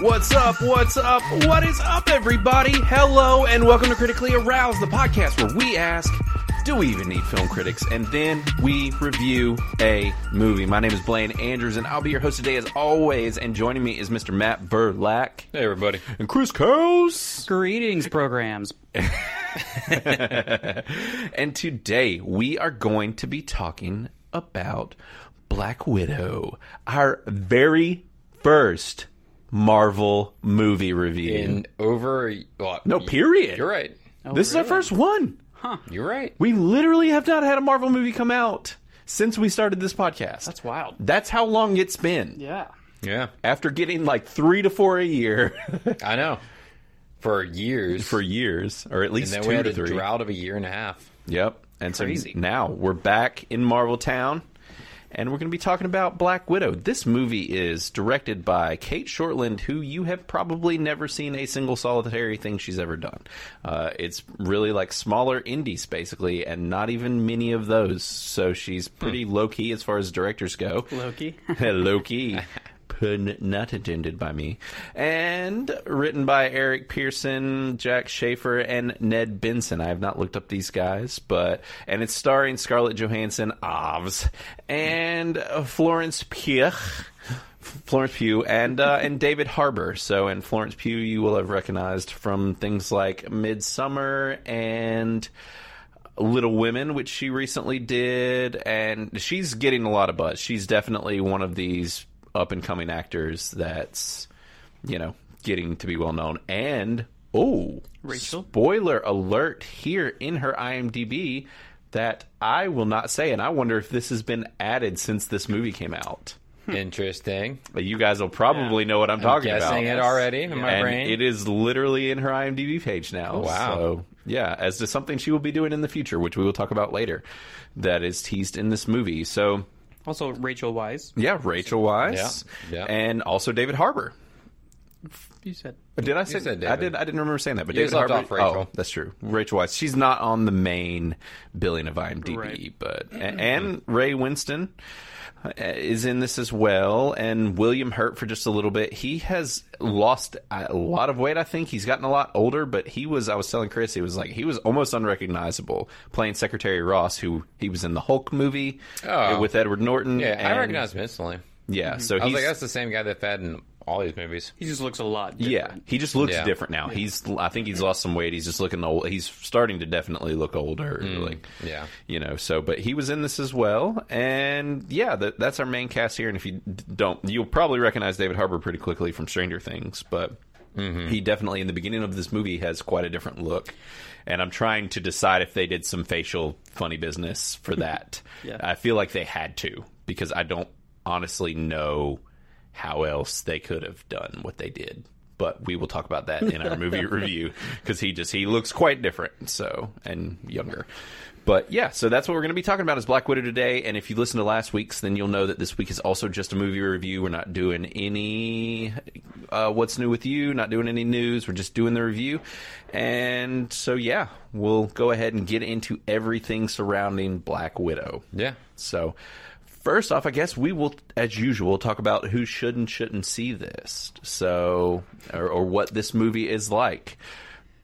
What's up? What's up? What is up, everybody? Hello, and welcome to Critically Aroused, the podcast where we ask, do we even need film critics? And then we review a movie. My name is Blaine Andrews, and I'll be your host today as always. And joining me is Mr. Matt Burlack Hey, everybody. and Chris Coase. Greetings, programs. And today we are going to be talking about Black Widow, our very first Marvel movie review. In over. a- Well, no, period. You're right. Oh, this is our first one. You're right. We literally have not had a Marvel movie come out since we started this podcast. That's wild. That's how long it's been. Yeah. Yeah, After getting like three to four a year I know. For years. for years, or at and least then two we had to a three. drought of a year and a half. Yep. And Crazy. so now we're back in Marvel Town and we're going to be talking about Black Widow. This movie is directed by Kate Shortland, who you have probably never seen a single solitary thing she's ever done. Uh, it's really like smaller indies, basically, and not even many of those. So she's pretty low key as far as directors go. Loki. Hello, key. Pun not intended by me. And written by Eric Pearson, Jack Schaefer, and Ned Benson. I have not looked up these guys, but and it's starring Scarlett Johansson, Ovs, and uh, Florence Pugh. Florence Pugh and uh, and David Harbour. So, and Florence Pugh, you will have recognized from things like Midsummer and Little Women, which she recently did, and she's getting a lot of buzz. She's definitely one of these up and coming actors that's, you know, getting to be well known. And oh, Rachel? spoiler alert here in her IMDb that I will not say, and I wonder if this has been added since this movie came out. Interesting. But you guys will probably know what I'm, talking Hmm. about. Guessing it already in my and brain. Oh, it is literally in her IMDb page now. wow. So, yeah, as to something she will be doing in the future, which we will talk about later, that is teased in this movie. So, Also, Rachel Wise. yeah, Rachel Weisz Yeah, yeah. and also David Harbour. You said. Did I say said I David. did. I didn't remember saying that. But You David just left Harbour. off Rachel. Oh, that's true. Rachel Weisz. She's not on the main billing of IMDb, Right. but a- and Ray Winston uh, is in this as well, and William Hurt for just a little bit. He has lost a lot of weight. I think he's gotten a lot older, but he was. I was telling Chris, he was like he was almost unrecognizable playing Secretary Ross, who he was in the Hulk movie Oh. with Edward Norton. Yeah, I and- recognize him instantly. Yeah, so I was he's like, that's the same guy that fed in all these movies. He just looks a lot. Yeah, Different. he just looks Yeah. different now. He's I think he's lost some weight. He's just looking old. He's starting to definitely look older. Like, yeah. you know. So, but he was in this as well, and yeah, that, that's our main cast here. And if you d- don't, you'll probably recognize David Harbour pretty quickly from Stranger Things, but. He definitely, in the beginning of this movie, has quite a different look, and I'm trying to decide if they did some facial funny business for that. Yeah. I feel like they had to because I don't honestly know how else they could have done what they did. But we will talk about that in our movie review because he just he looks quite different, so and younger. But yeah, so that's what we're going to be talking about is Black Widow today. And if you listen to last week's, then you'll know that this week is also just a movie review. We're not doing any uh, what's new with you, not doing any news. We're just doing the review. And so yeah, we'll go ahead and get into everything surrounding Black Widow. Yeah. So, first off, I guess we will, as usual, talk about who should and shouldn't see this. So, or, or what this movie is like.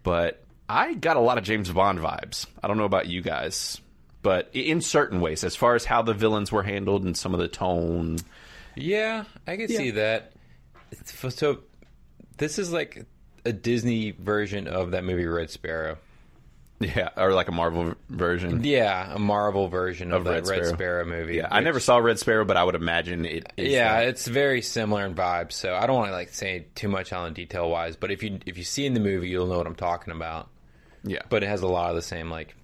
But I got a lot of James Bond vibes. I don't know about you guys, but i- in certain ways, as far as how the villains were handled and some of the tone. Yeah, I can see that. It's f- So, this is like a Disney version of that movie Red Sparrow. Yeah, or like a Marvel version. Yeah, a Marvel version Of of, that Red Red Sparrow, Sparrow. movie. Yeah, I which- never saw Red Sparrow, but I would imagine it. Is yeah, that. it's very similar in vibe. So I don't want to like say too much on the detail wise, but if you if you see in the movie, you'll know what I'm talking about. yeah, But it has a lot of the same like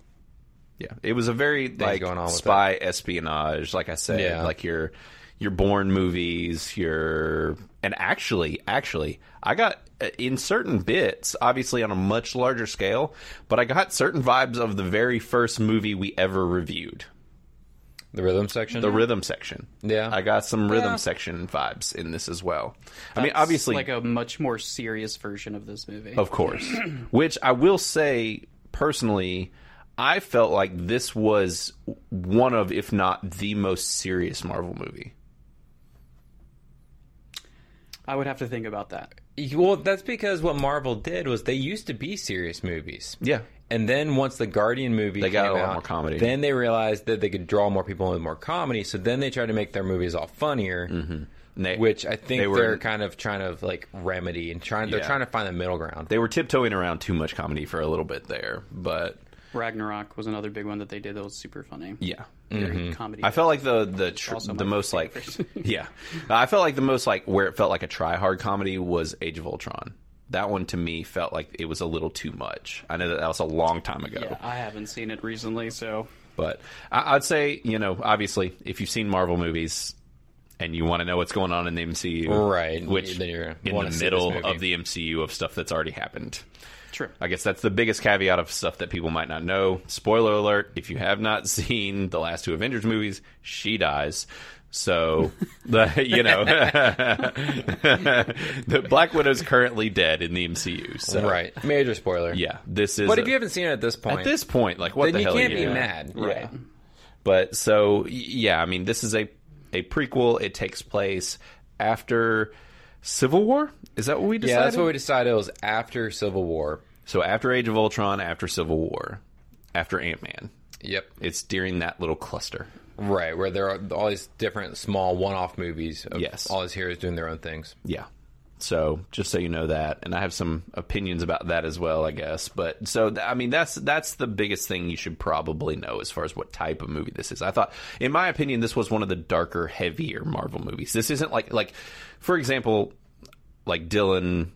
Yeah, it was a very like going on with spy espionage. Like I said, Yeah. like your your born movies, your and actually, actually, I got uh, in certain bits, obviously on a much larger scale, but I got certain vibes of the very first movie we ever reviewed, the rhythm section. the rhythm section. Mm-hmm. Yeah. I got some rhythm Yeah. section vibes in this as well. I mean, obviously, Oh. like a much more serious version of this movie. of course. Which I will say personally, I felt like this was one of, if not the most serious Marvel movie. I would have to think about that. E, Well, that's because what Marvel did was they used to be serious movies. Yeah. And then once the Guardian movie They got came a lot out, more comedy. Then they realized that they could draw more people in with more comedy. So then they tried to make their movies all funnier, And they- which I think Mm-hmm. they they were- are kind of trying to like remedy and trying. They're Yeah. trying to find the middle ground. they were tiptoeing around too much comedy for a little bit there, but Ragnarok was another big one that they did that was super funny. yeah. Mm-hmm. Very comedy. I felt like the the tr- Also my the most like favorite. yeah, I felt like the most like where it felt like a try hard comedy was Age of Ultron. That one to me felt like it was a little too much. I know that that was a long time ago, yeah, I haven't seen it recently, so but I- I'd say you know obviously if you've seen Marvel movies and you want to know what's going on in the MCU, Right. Which Then you're in gonna wanna the see middle this movie. of the MCU of stuff that's already happened. true. I guess that's the biggest caveat of stuff that people might not know. Spoiler alert: if you have not seen the last two Avengers movies, she dies. So, the, you know, the Black Widow's currently dead in the MCU. So, right. Major spoiler. uh, Yeah, this is. But a- if you haven't seen it at this point, at this point, like, what then the you hell? can't are be you doing? mad. right? But so y- yeah, I mean, this is a a prequel. It takes place after Civil War. Is that what we decided? Yeah, that's what we decided. It was after Civil War. So after Age of Ultron, after Civil War, after Ant Man, Yep. it's during that little cluster. Right, where there are all these different small one-off movies of Yes. all these heroes doing their own things. Yeah. So just so you know that, and I have some opinions about that as well, I guess. But so th- I mean, that's that's the biggest thing you should probably know as far as what type of movie this is. I thought, in my opinion, this was one of the darker, heavier Marvel movies. This isn't like like, for example, like Dylan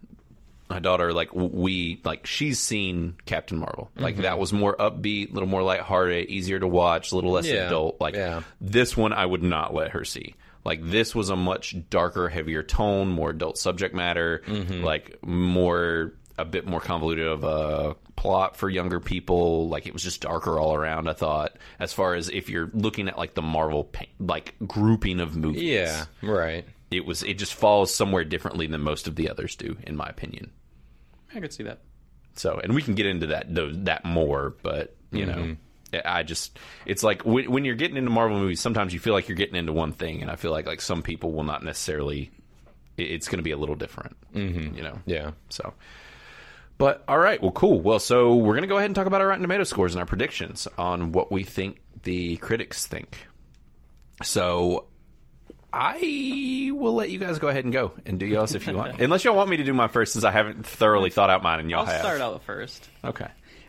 my daughter like w- we like she's seen Captain Marvel. Like that was more upbeat, a little more lighthearted, easier to watch, a little less Yeah. adult. Like Yeah. this one I would not let her see. Like this was a much darker, heavier tone, more adult subject matter, Mm-hmm. like more a bit more convoluted of a plot for younger people. Like it was just darker all around, I thought, as far as if you're looking at like the Marvel pa- like grouping of movies. Yeah, right. It was it just falls somewhere differently than most of the others do in my opinion. I could see that. So, and we can get into that tho- that more, but you know, I just it's like when, when you're getting into Marvel movies, sometimes you feel like you're getting into one thing, and I feel like like some people will not necessarily. it- It's going to be a little different, mm-hmm. you know. Yeah. So, but all right, well, cool. Well, so we're going to go ahead and talk about our Rotten Tomato scores and our predictions on what we think the critics think. So. I will let you guys go ahead and go and do yours if you want. Unless y'all want me to do mine first, since I haven't thoroughly thought out mine and y'all I'll have. start out first. Okay.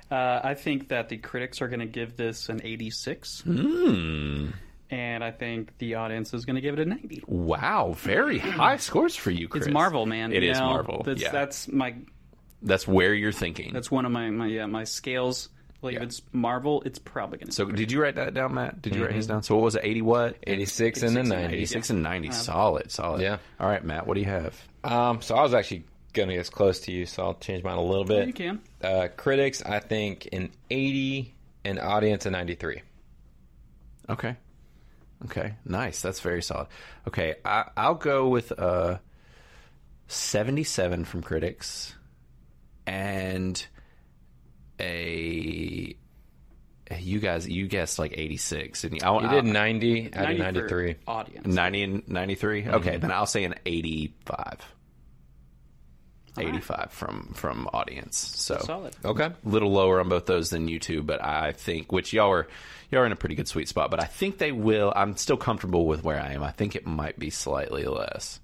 Uh, I think that the critics are going to give this an 86, Hmm. and I think the audience is going to give it a 90. Wow, very high scores for you, Chris. It's Marvel, man. It you is know? Marvel. That's, yeah. that's that's my where you're thinking. that's one of my my yeah, my scales. Like Yeah. if it's Marvel, it's probably going to. so did you write that down, Matt? Did you write his Mm-hmm. down? So what was it? Eighty what? 86 and 86 and then 90. 86 and 90. Uh-huh. solid, solid. Yeah. All right, Matt, what do you have? Um, so I was actually going to get as close to you, so I'll change mine a little bit. you can. Uh, critics, I think an 80 and audience a 93. Okay. Okay. Nice. That's very solid. Okay. I, I'll go with uh, 77 from critics and a. You guys, you guessed like 86. And I, You I, Ah, did 90 out of 90 for 93. audience. 90 and 93 okay then i'll say an 85 85 from from audience so Solid. Okay. little lower on both those than you two but i think which y'all are y'all are in a pretty good sweet spot but i think they will i'm still comfortable with where i am i think it might be slightly less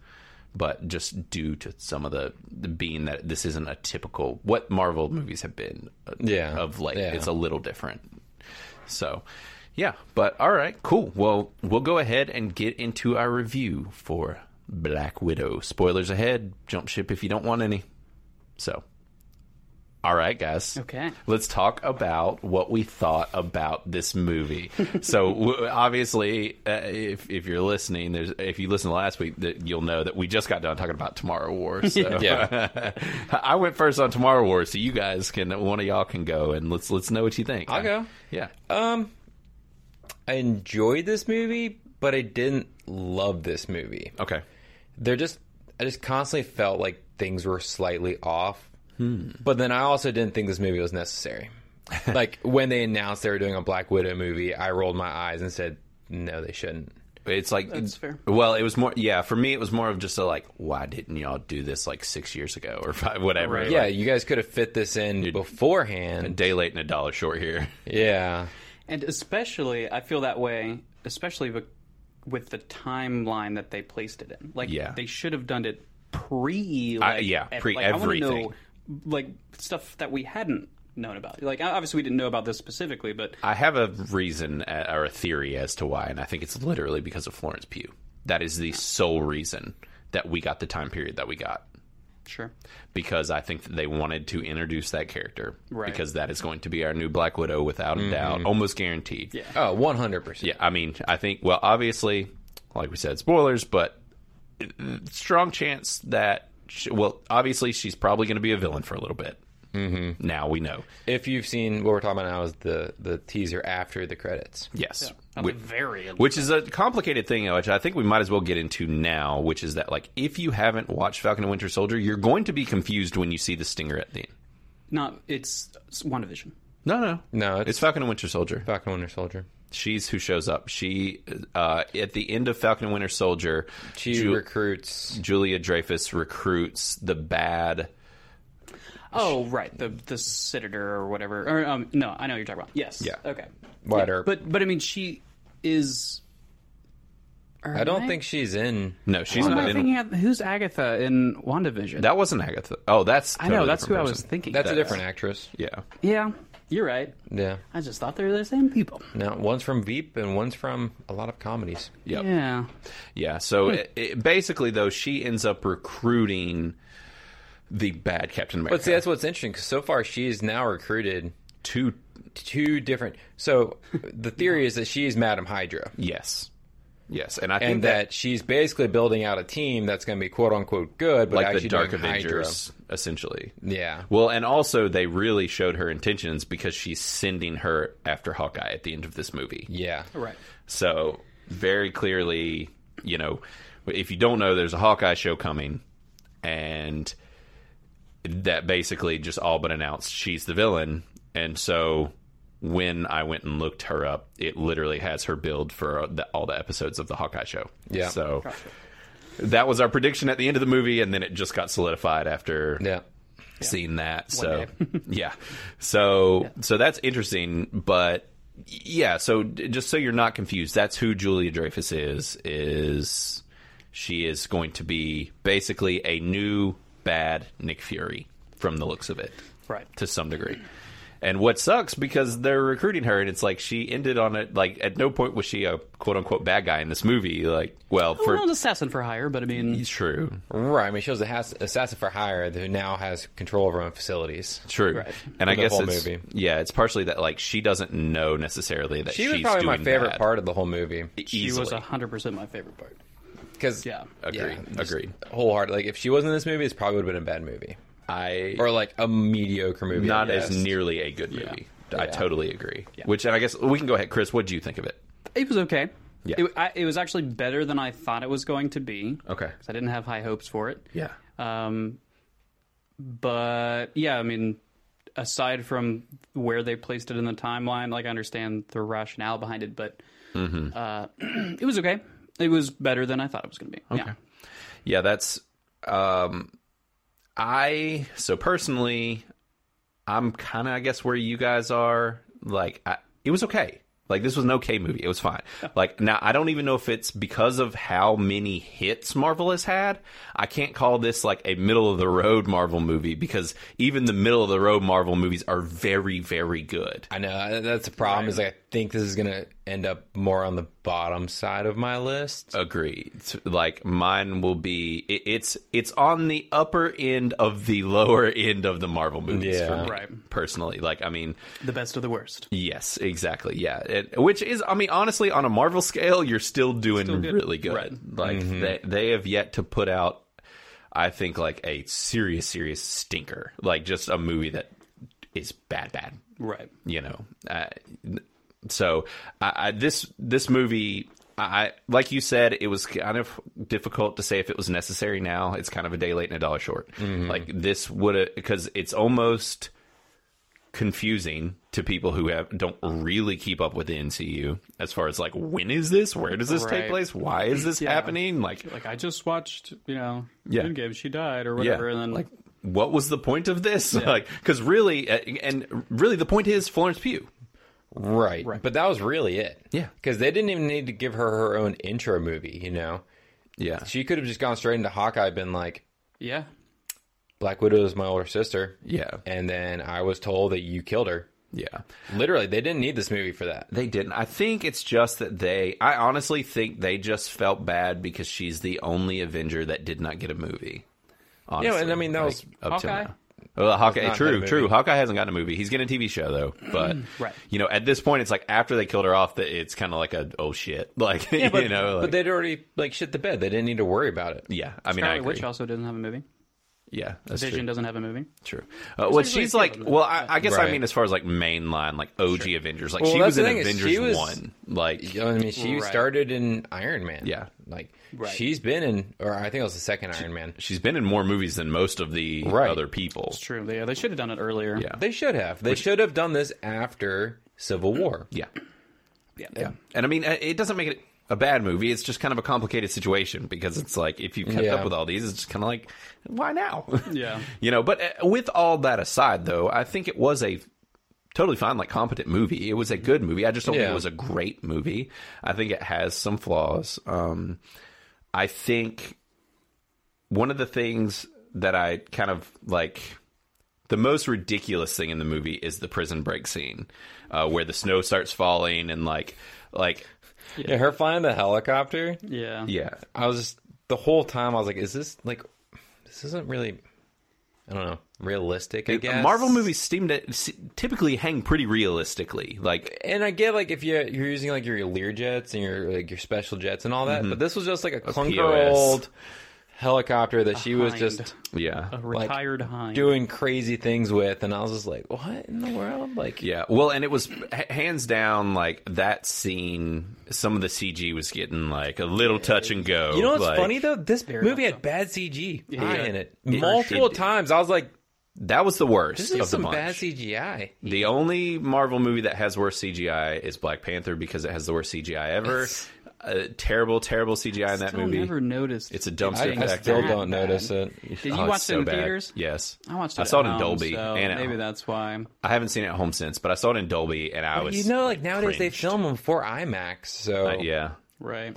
but just due to some of the, the being that this isn't a typical what marvel movies have been uh, Yeah. of late Yeah. it's a little different so, yeah, but all right, cool. Well, we'll go ahead and get into our review for Black Widow. Spoilers ahead. Jump ship if you don't want any. So, all right, guys. Okay. Let's talk about what we thought about this movie. so, w- obviously, uh, if if you're listening, there's if you listened last week, that you'll know that we just got done talking about Tomorrow War. So. Yeah. I went first on Tomorrow War, so you guys can one of y'all can go and let's let's know what you think. I'll go. Yeah. Uh, Um, I enjoyed this movie, but I didn't love this movie. Okay. they're just I just constantly felt like things were slightly off. Hmm. But then I also didn't think this movie was necessary. like when they announced they were doing a Black Widow movie, I rolled my eyes and said, "No, they shouldn't." It's like That's fair. Well, it was more yeah, for me it was more of just a like why didn't y'all do this like 6 years ago or five, whatever. Right. Yeah, Like, you guys could have fit this in a beforehand. day late and a dollar short here. Yeah. And especially, I feel that way, especially with, with the timeline that they placed it in. Like, Yeah. they should have done it pre. I- Like, yeah, ev- pre like, I everything. want to know, like, stuff that we hadn't known about. Like, obviously, we didn't know about this specifically, but I have a reason uh, or a theory as to why, and I think it's literally because of Florence Pugh. That is the sole reason that we got the time period that we got. sure. Because I think that they wanted to introduce that character. Right. Because that is going to be our new Black Widow without a doubt. Almost guaranteed. Yeah. Oh, 100%. Yeah, I mean, I think, well, obviously, like we said, spoilers, but uh, strong chance that, she, well, obviously, she's probably going to be a villain for a little bit. Mm-hmm. Now we know. If you've seen what we're talking about now is the, the teaser after the credits. Yes. At We- the very end. Which is a complicated thing, which I think we might as well get into now, which is that like if you haven't watched Falcon and Winter Soldier, you're going to be confused when you see the stinger at the end. Not, it's, it's WandaVision. No, no, No, It's it's, Falcon and Winter Soldier. Falcon Winter Soldier. She's who shows up. She uh, at the end of Falcon and Winter Soldier, She Ju- recruits. Julia Dreyfus recruits the bad. Oh, right. The the Senator or whatever. Or, um, no, I know what you're talking about. Yes. Yeah. Okay. Wyatt Earp. But, but I mean, she is. I don't think she's in. No, she's Who am not I in. thinking of? Who's Agatha in WandaVision? that wasn't Agatha. Oh, that's I know totally that's who different I was person. thinking. That's a of. different actress. Yeah, Yeah, you're right. Yeah. I just thought they were the same people. Now, one's from Veep and one's from a lot of comedies. yep. Yeah, Yeah. So it, it, basically, though, she ends up recruiting the bad Captain America But see, that's what's interesting because so far she's now recruited to two different. So the theory is that she is Madam Hydra yes, yes, and I think and that, she's basically building out a team that's going to be quote unquote good, but like actually the Dark doing Avengers essentially. Hydra. Yeah. Well, and also they really showed her intentions because she's sending her after Hawkeye at the end of this movie. Yeah. right. So very clearly, you know, if you don't know, there's a Hawkeye show coming, and that basically just all but announced she's the villain. And so when I went and looked her up, it literally has her build for the, all the episodes of the Hawkeye show. Yeah. So that was our prediction at the end of the movie, and then it just got solidified after Yeah. seen that. so yeah, so so that's interesting. But yeah, so d- just so you're not confused, that's who Julia Dreyfus is. Is she is going to be basically a new bad Nick Fury from the looks of it, Right. to some degree. And what sucks because they're recruiting her, and it's like she ended on it. Like at no point was she a quote unquote bad guy in this movie. Like, well, For, for Oh, well, an assassin for hire, but I mean, true, Right. I mean, she was a has- assassin for hire who now has control of her own facilities. True, Right. and I The guess whole it's movie. yeah, it's partially that like she doesn't know necessarily that She she's was probably my doing favorite bad. part of the whole movie. Easily. she was hundred percent my favorite part. Because, Yeah. agreed, yeah, just agreed. Wholehearted. Like, if she wasn't in this movie, this probably would have been a bad movie. I Or, like, a mediocre movie. at not as best. nearly a good movie. I Yeah. totally agree. Which and I guess we can go ahead, Chris. What do you think of it? It was okay. Yeah. It, I, it was actually better than I thought it was going to be. Okay. 'Cause I didn't have high hopes for it. Yeah, Um, but yeah, I mean, aside from where they placed it in the timeline, like I understand the rationale behind it, but Mm-hmm. uh, it was okay. It was better than I thought it was going to be. Yeah. yeah. That's um, I so personally, I'm kind of I guess where you guys are. Like, I, it was okay. Like this was an okay movie. It was fine. Like now, I don't even know if it's because of how many hits Marvel has had. I can't call this like a middle of the road Marvel movie because even the middle of the road Marvel movies are very, very good. I know uh, that's the problem. Is like I think this is gonna end up more on the bottom side of my list. Uh, Agreed. Like mine will be. It, it's it's on the upper end of the lower end of the Marvel movies for Yeah. me, Right. personally. Like I mean, The best of the worst. Yes, exactly. Yeah, it, which is, I mean, honestly, on a Marvel scale, you're still doing good. really good. Right. Like they they have yet to put out, I think, like a serious, serious stinker, like just a movie that is bad, bad. Right. You know, uh, so I, I, this this movie. I like you said, it was kind of difficult to say if it was necessary. Now Mm-hmm. it's kind of a day late and a dollar short. Like this would have because it's almost confusing to people who have don't really keep up with the NCU as far as like when is this, where does this take Right. place, why is this Yeah. happening, like Like I just watched, you know, Yeah. Endgame. She died or whatever, and then like what was the point of this? Like cuz really uh, and really the point is Florence Pugh. Right. But that was really it. Yeah. Because they didn't even need to give her her own intro movie, you know? Yeah. She could have just gone straight into Hawkeye, been like, yeah, Black Widow is my older sister. Yeah. And then I was told that you killed her. Yeah. Literally, they didn't need this movie for that. They didn't. I think it's just that they I honestly think they just felt bad because she's the only Avenger that did not get a movie. Honestly. and I mean, that was up till Hawkeye. now. Well, Hawkeye, not a true, movie. Mm, true. Hawkeye hasn't gotten a movie. He's getting a TV show though, but Right. You know, at this point, it's like after they killed her off, that it's kind of like a oh shit, like you know, like, but they'd already, like, shit the bed. They didn't need to worry about it. yeah. I mean, I Scarlet agree. Witch also doesn't have a movie. Yeah, that's Vision true. doesn't have a movie. True. Uh, well, usually she's a few like, of them. well, I, I guess I Right. mean as far as like mainline, like OG Avengers, like Well, she that's was the in thing is she Avengers was- one, like You know what I mean? She Right. started in Iron Man. Yeah. Like, Right. she's been in, or I think it was the second Iron Man. she's been in more movies than most of the Right. other people. It's true. Yeah, they should have done it earlier. Yeah. They should have. They should have done this after Civil War. Yeah, yeah, yeah. And I mean, uh, it doesn't make it a bad movie. It's just kind of a complicated situation because it's like if you've kept Yeah. up with all these, it's just kind of like why now? Yeah. you know. But uh, with all that aside, though, I think it was a totally fine, like competent movie. It was a good movie. I just don't think Yeah. it was a great movie. I think it has some flaws. Um, I think one of the things that I kind of like the most ridiculous thing in the movie is the prison break scene uh, where the snow starts falling and like like Yeah, her flying the helicopter. Yeah. yeah I was just the whole time I was like, is this like this isn't really I don't know, realistic, I guess. Marvel movies seem to s- typically hang pretty realistically like And I get like if you you're using like your Lear jets and your like your special jets and all that, Mm-hmm. but this was just like a clunker POS. old helicopter that she was Hind. just yeah A retired hind. doing crazy things with and I was just like, What in the world? Like Yeah, well, and it was h- hands down like that scene. Some of the CG was getting like a little touch and go. You know what's Oh, like, funny though? This movie enough, had bad CG Yeah. in it. Multiple did. times I was like, That was the worst this of the is some bunch. bad CGI. The only Marvel movie that has worse CGI is Black Panther because it has the worst CGI ever. Uh, terrible, terrible CGI in that Still movie. never noticed. It's a dumpster I, I factory. still don't Bad. notice it. Did you Oh, it's watch it so in bad. theaters? Yes, I watched it. I at saw it in home, Dolby, so and at maybe home. that's why. I haven't seen it at home since, but I saw it in Dolby, and I was You know, like nowadays they cringed. film them for IMAX, so yeah. Right.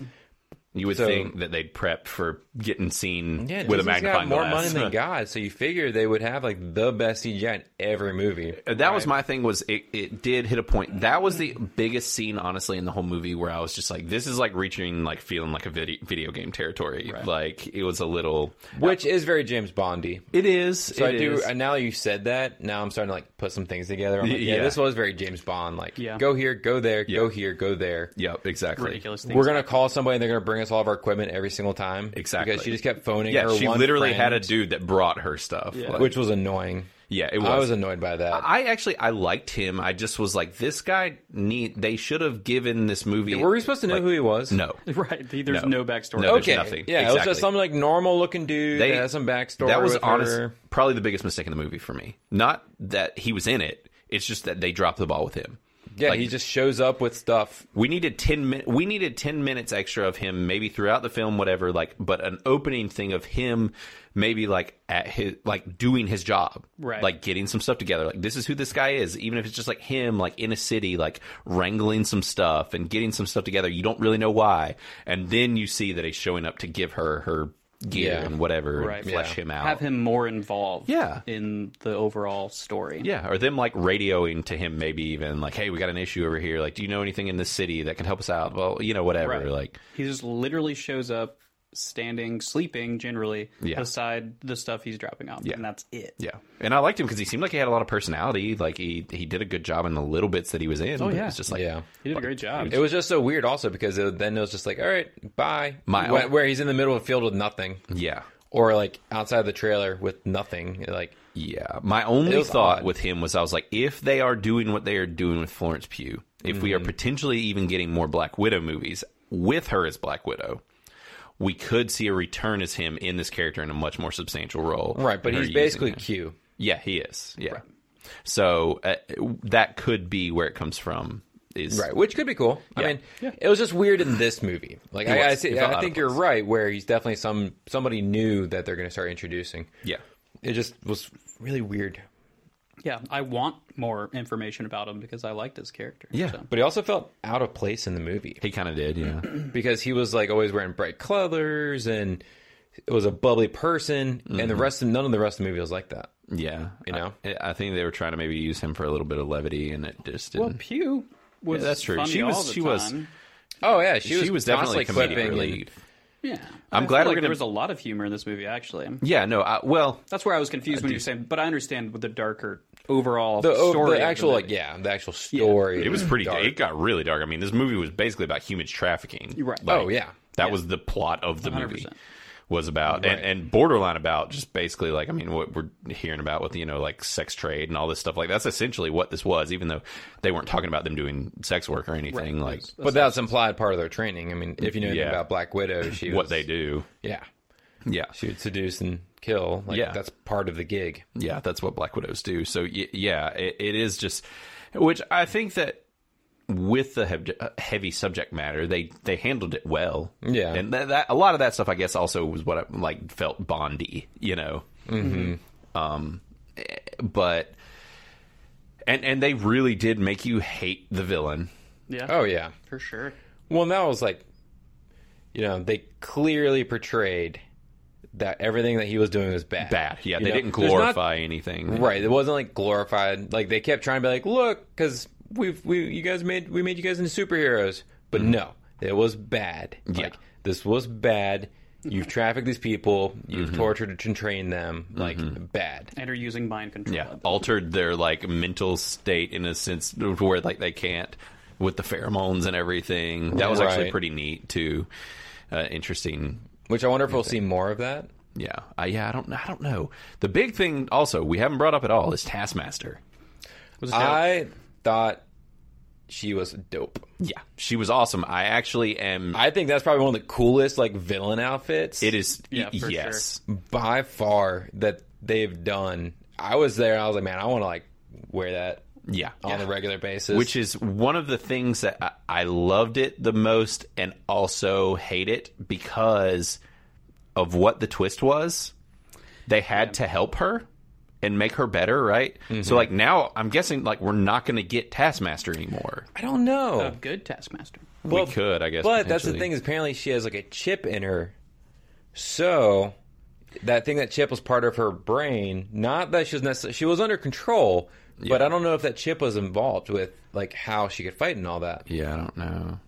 You would So- think that they'd prepped for getting seen yeah. with a Disney's magnifying got more glass. money than God, so you figure they would have like the best CGI in every movie. Uh, That was my thing. Was it, it did hit a point? That was the biggest scene, honestly, in the whole movie where I was just like, "This is like reaching, like feeling like a video, video game territory." Like it was a little. Which is very James Bondy. It is. So I do. And now you said that, now I'm starting to like put some things together. I'm like, yeah, Yeah. this was very James Bond. Like, Yeah. go here, go there, go here, go there. Yep. Exactly. Ridiculous things. We're gonna call somebody. and They're gonna bring us all of our equipment every single time. Exactly. Because she just kept phoning. Yeah, her she one literally had a friend, dude that brought her stuff. Yeah. Like, which was annoying. yeah, it was. I was annoyed by that. I actually I liked him. I just was like, this guy need. They should have given this movie. Were we supposed to know like, who he was? No. Right. The- There's no, No. backstory. No. Okay. There's okay. nothing. Yeah, it was Exactly. just some like normal looking dude They- that has some backstory. That was with honest, her. probably the biggest mistake in the movie for me. Not that he was in it. It's just that they dropped the ball with him. Yeah, like- he just shows up with stuff. We needed ten min- We needed ten minutes extra of him, maybe throughout the film, whatever. Like, but an opening thing of him, maybe like at his like doing his job, Right. Like getting some stuff together. Like this is who this guy is. Even if it's just like him, like in a city, like wrangling some stuff and getting some stuff together. You don't really know why, and then you see that he's showing up to give her her gear Yeah. and whatever, Right. and flesh Yeah. him out. Have him more involved. Yeah. In the overall story. Yeah, or them like radioing to him, maybe even like, "Hey, we got an issue over here. Like, do you know anything in this city that can help us out?" Well, you know, whatever. Right. Like, He just literally shows up, standing, sleeping, generally Yeah. beside the stuff he's dropping off, Yeah. and that's it. yeah. And I liked him because he seemed like he had a lot of personality. Like he he did a good job in the little bits that he was in. Oh yeah. it's just like Yeah. He did a great job. It was just so weird, also because it, then it was just like, all right, bye. My- where, where he's in the middle of a field with nothing, yeah. or like outside the trailer with nothing. Like, Yeah. My only was thought odd. with him was I was like, if they are doing what they are doing with Florence Pugh, if we are potentially even getting more Black Widow movies with her as Black Widow, we could see a return as him in this character in a much more substantial role. right? But And her he's using basically him. Q. Yeah, he is. Yeah. So uh, that could be where it comes from. Is Right, which could be cool. I Yeah. mean, it was just weird in this movie. Like, It I, I, was. It see, felt I out think of you're right. Where he's definitely some somebody new that they're going to start introducing. Yeah. It just was really weird. Yeah, I want more information about him because I liked his character. Yeah. so. But he also felt out of place in the movie He kind of did, yeah. because he was like always wearing bright colors and it was a bubbly person, and the rest of none of the rest of the movie was like that. Yeah. You know? Mm-hmm. I, I think they were trying to maybe use him for a little bit of levity and it just didn't. Well, Oh, Pew was Yeah, that's true. funny She was- all the she was- time. Oh yeah, she was, she was definitely comedic constantly clipping relief. Yeah, I'm glad I feel we're like gonna- there was a lot of humor in this movie. Actually, Yeah, no, I, well, that's where I was confused when you were saying. But I understand with the darker overall the, oh, story, of the actual like movie. yeah, the actual story. it was pretty dark. it got really dark. I mean, this movie was basically about human trafficking. Right. Like, Oh, yeah. That was the plot of the movie. 100%. Was about and, Right. and borderline about just basically like I mean what we're hearing about with you know like sex trade and all this stuff like that's essentially what this was even though they weren't talking about them doing sex work or anything like but that was implied part of their training. I mean, if you know anything Yeah. about Black Widow, she was, what they do Yeah, yeah she would seduce and kill. Like, Yeah. that's part of the gig. yeah that's what black widows do so y- yeah it, it is just which i think that with the heb- uh, heavy subject matter they they handled it well Yeah. and that, that a lot of that stuff i guess also was what i like felt bondy you know mm-hmm. um eh, but and and they really did make you hate the villain yeah, Oh yeah. for sure. Well, and that was like, you know, they clearly portrayed that everything that he was doing was bad. bad yeah You they know? didn't There's not- glorify anything right. It wasn't like glorified. Like they kept trying to be like, look, because we've we you guys made we made you guys into superheroes, but no, it was bad. Yeah. Like this was bad. You've trafficked these people. You've tortured and trained them. Like bad. And are using mind control. yeah Uh, altered their like mental state in a sense to where like they can't with the pheromones and everything that was actually Right. pretty neat too uh, interesting Which I wonder if we'll see more of that. yeah I yeah i don't i don't know the big thing also we haven't brought up at all is taskmaster Was it I thought she was dope. yeah she was awesome i actually am I think that's probably one of the coolest like villain outfits. it is Yeah, y- for yes by far that they've done. I was there. and I was like, man, I want to like wear that yeah on a regular basis. which is one of the things that I, I loved it the most and also hate it because of what the twist was. They had to help her and make her better, right? Mm-hmm. So like now I'm guessing like we're not going to get Taskmaster anymore. I don't know. a good Taskmaster? Well, we could, I guess. but that's the potentially. thing is apparently she has like a chip in her. So that thing that chip was part of her brain. Not that she was necessarily she was under control, but I don't know if that chip was involved with like how she could fight and all that. Yeah, I don't know.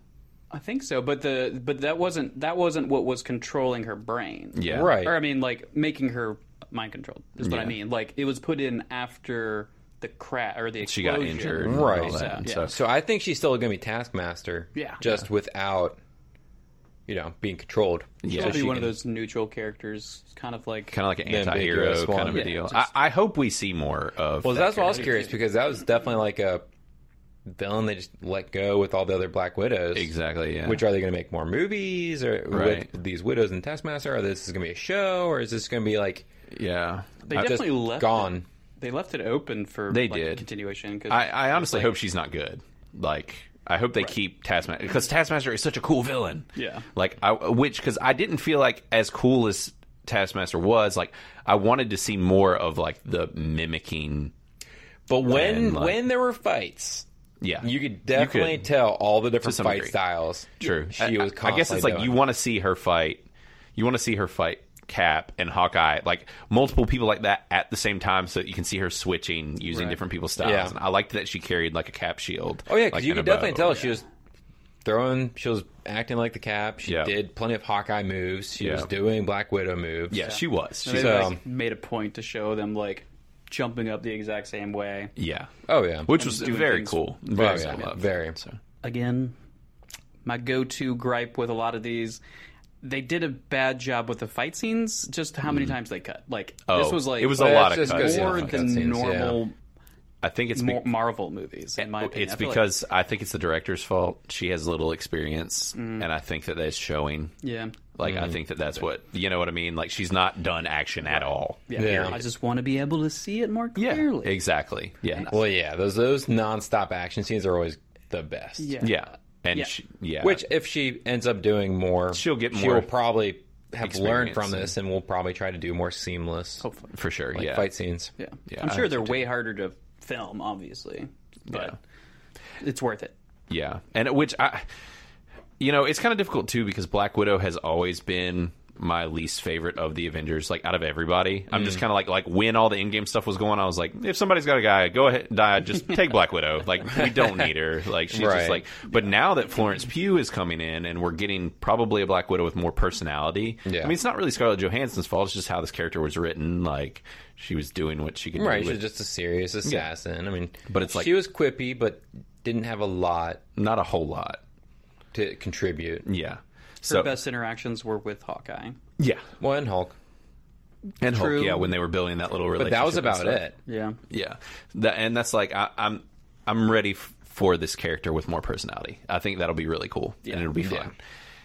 I think so, but the but that wasn't that wasn't what was controlling her brain. Yeah. Right. Or I mean, like making her mind controlled is what I Yeah. mean. Like it was put in after the crash or the She got explosion. injured, and Right. all that, and Yeah. so- So I think she's still going to be Taskmaster. Yeah. Just without, you know, being controlled. Yeah. She'll So be she one can- of those neutral characters, kind of like kind of like an Then big anti-hero US one. kind of a Yeah, deal. just- I, I hope we see more of. Well, that that's why I was character. curious because that was definitely like a villain they just let go with all the other Black Widows. exactly. Yeah, Which are they going to make more movies or Right. with these widows and Taskmaster? Or this is going to be a show, or is this going to be like yeah. they just definitely left gone? It, they left it open for They like, did. continuation. 'cause- I, I honestly hope she's not good. Like I hope they keep Taskmaster because Taskmaster is such a cool villain. Yeah. Like I which because I didn't feel like as cool as Taskmaster was. Like I wanted to see more of like the mimicking. But when And, like- when there were fights, Yeah, you could definitely tell all the different some fight degree. styles. True. She I- was. I, I guess it's like constantly you doing. want to see her fight. You want to see her fight Cap and Hawkeye, like multiple people like that at the same time, so that you can see her switching using Right. different people's styles. Yeah. And I liked that she carried like a Cap shield. Oh yeah, because like, you and a could definitely bow. tell she was throwing. She was acting like the Cap. She Yeah. did plenty of Hawkeye moves. She Yeah. was doing Black Widow moves. Yeah, she was. they She, so- like, made a point to show them like jumping up the exact same way yeah. Oh yeah. which was doing very things- cool. Oh, Very yeah. cool. Very. So, again. My go-to gripe with a lot of these. They did a bad job with the fight scenes. Just how many times they cut? Like Oh, this was like it was a Well, lot of that's just 'cause, cuts. you know, more cut than scenes, yeah. normal I think it's be- More Marvel movies, in my opinion. it's I feel like- because I think it's the director's fault. She has little experience, and I think that that's showing. Mm. yeah, Like Mm-hmm. I think that that's what you know what I mean. Like she's not done action at all. yeah. Yeah. I just want to be able to see it more clearly. exactly. Yeah, Well, yeah, those those nonstop action scenes are always the best. yeah, yeah, and Yeah. She, yeah, Which, if she ends up doing more, She'll get She more will probably have learned experience from and- this, and we'll probably try to do more seamless Hopefully, for sure. like, yeah, fight scenes. Oh, yeah. Yeah, I'm I sure think they're way harder to film, obviously, but it's worth it. Yeah, and which I, you know, it's kind of difficult too because Black Widow has always been my least favorite of the Avengers. Like out of everybody, I'm Mm. just kind of like like when all the in game stuff was going, on, I was like, if somebody's got a guy, go ahead, and die, just take Black Widow. Like we don't need her. Like she's Right. just like. But now that Florence Pugh is coming in, and we're getting probably a Black Widow with more personality. I Yeah. mean, it's not really Scarlett Johansson's fault. It's just how this character was written. Like she was doing what she could Right, do. she's with- just a serious assassin. I mean, But it's like- she was quippy, but didn't have a lot not a whole lot. to contribute. Yeah. Her So best interactions were with Hawkeye. yeah, Well, and Hulk, and Hulk, True. yeah, when they were building that little but relationship. that was and about stuff. it. Yeah, Yeah, that, and that's like I, I'm I'm ready f- for this character with more personality. I think that'll be really cool and it'll be fun.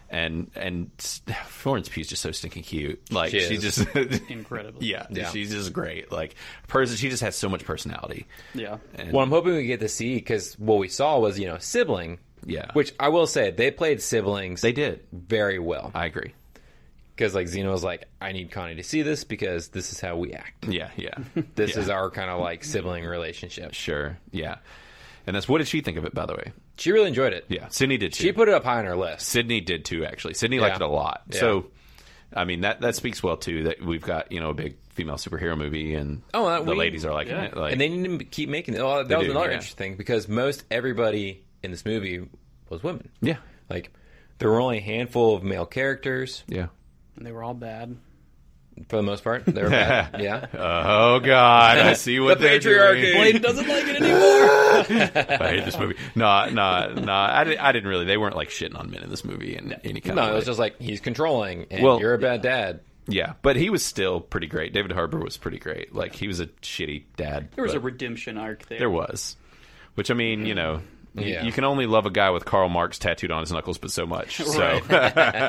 And and s- Florence Pugh's just so stinking cute. Like She she, is. just incredibly. yeah, Yeah. she's just great. Like person, she just has so much personality. yeah. And Well, I'm hoping we get to see because what we saw was you know sibling. Yeah. which I will say they played siblings. they did. very well I agree. because like Zeno's like I need Connie to see this because this is how we act. Yeah, yeah. This Yeah. is our kind of like sibling relationship. sure. Yeah, and that's what did she think of it? By the way, She really enjoyed it. yeah, Sydney did too. She put it up high on her list. Sydney did too. Actually, Sydney liked it a lot. Yeah. So, I mean that that speaks well too. That we've got you know a big female superhero movie, and Oh, that the we- ladies are liking yeah. it. Like, and they need to keep making it. Well, that was do, another yeah. interesting thing because most everybody in this movie was women. yeah, Like there were only a handful of male characters yeah. And they were all bad. for the most part. They were bad. yeah. Oh God, I see what they're The patriarchy. doing. Blade doesn't like it anymore. I hate this movie. No, no, no. I, di- I didn't really. They weren't like shitting on men in this movie in any kind No, of it way. was just like he's controlling and Well, you're a bad dad. yeah, but he was still pretty great. David Harbour was pretty great. Like he was a shitty dad. There was a but redemption arc there. there was, which I mean, you know. y- Yeah. You can only love a guy with Karl Marx tattooed on his knuckles, but so much. So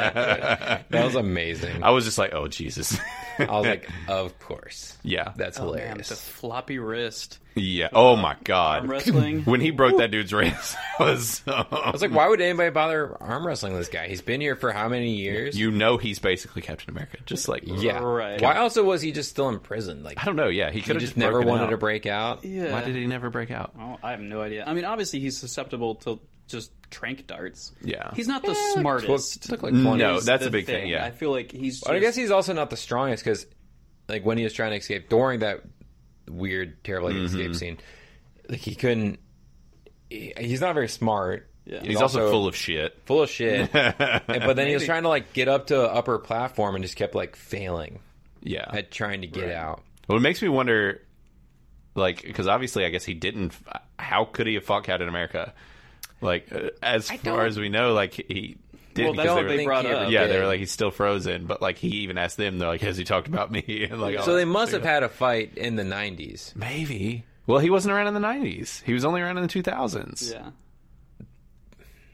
That was amazing. I was just like, oh Jesus. I was like, of course. yeah. That's Man, hilarious. the floppy wrist. yeah. Oh my Arm god. wrestling. When he broke that dude's wrist, I was um, I was like, why would anybody bother arm wrestling this guy? He's been here for how many years? you know he's basically Captain America. Just like yeah. Right. Why also was he just still in prison? Like I don't know. Yeah, he he could have just, just, never broken wanted out. to break out. Yeah. Why did he never break out? Oh, I have no idea. I mean, obviously he's susceptible to just trank darts. Yeah. He's not the Well, smartest. took like No, 20. that's is a the big thing, yeah. I feel like he's. Just, But I guess he's also not the strongest because, like, when he was trying to escape during that weird, terrible like, Mm-hmm. escape scene, like he couldn't. he- he's not very smart. Yeah. He's also, full of shit. full of shit. and, but then he was Maybe. trying to like get up to an upper platform and just kept like failing Yeah. at trying to get out. Well, it makes me wonder, like, because obviously, I guess he didn't. f- How could he have fought Captain America? Like, uh, as far don't- as we know, like he did. Well, because that's they what were- they think brought he ever up. yeah, did. they were like he's still frozen, but like he even asked them, they're like, "Has he talked about me?" And, like, all So that they must stuff. have had a fight in the '90s. Maybe. Well, he wasn't around in the '90s. He was only around in the 2000s. Yeah.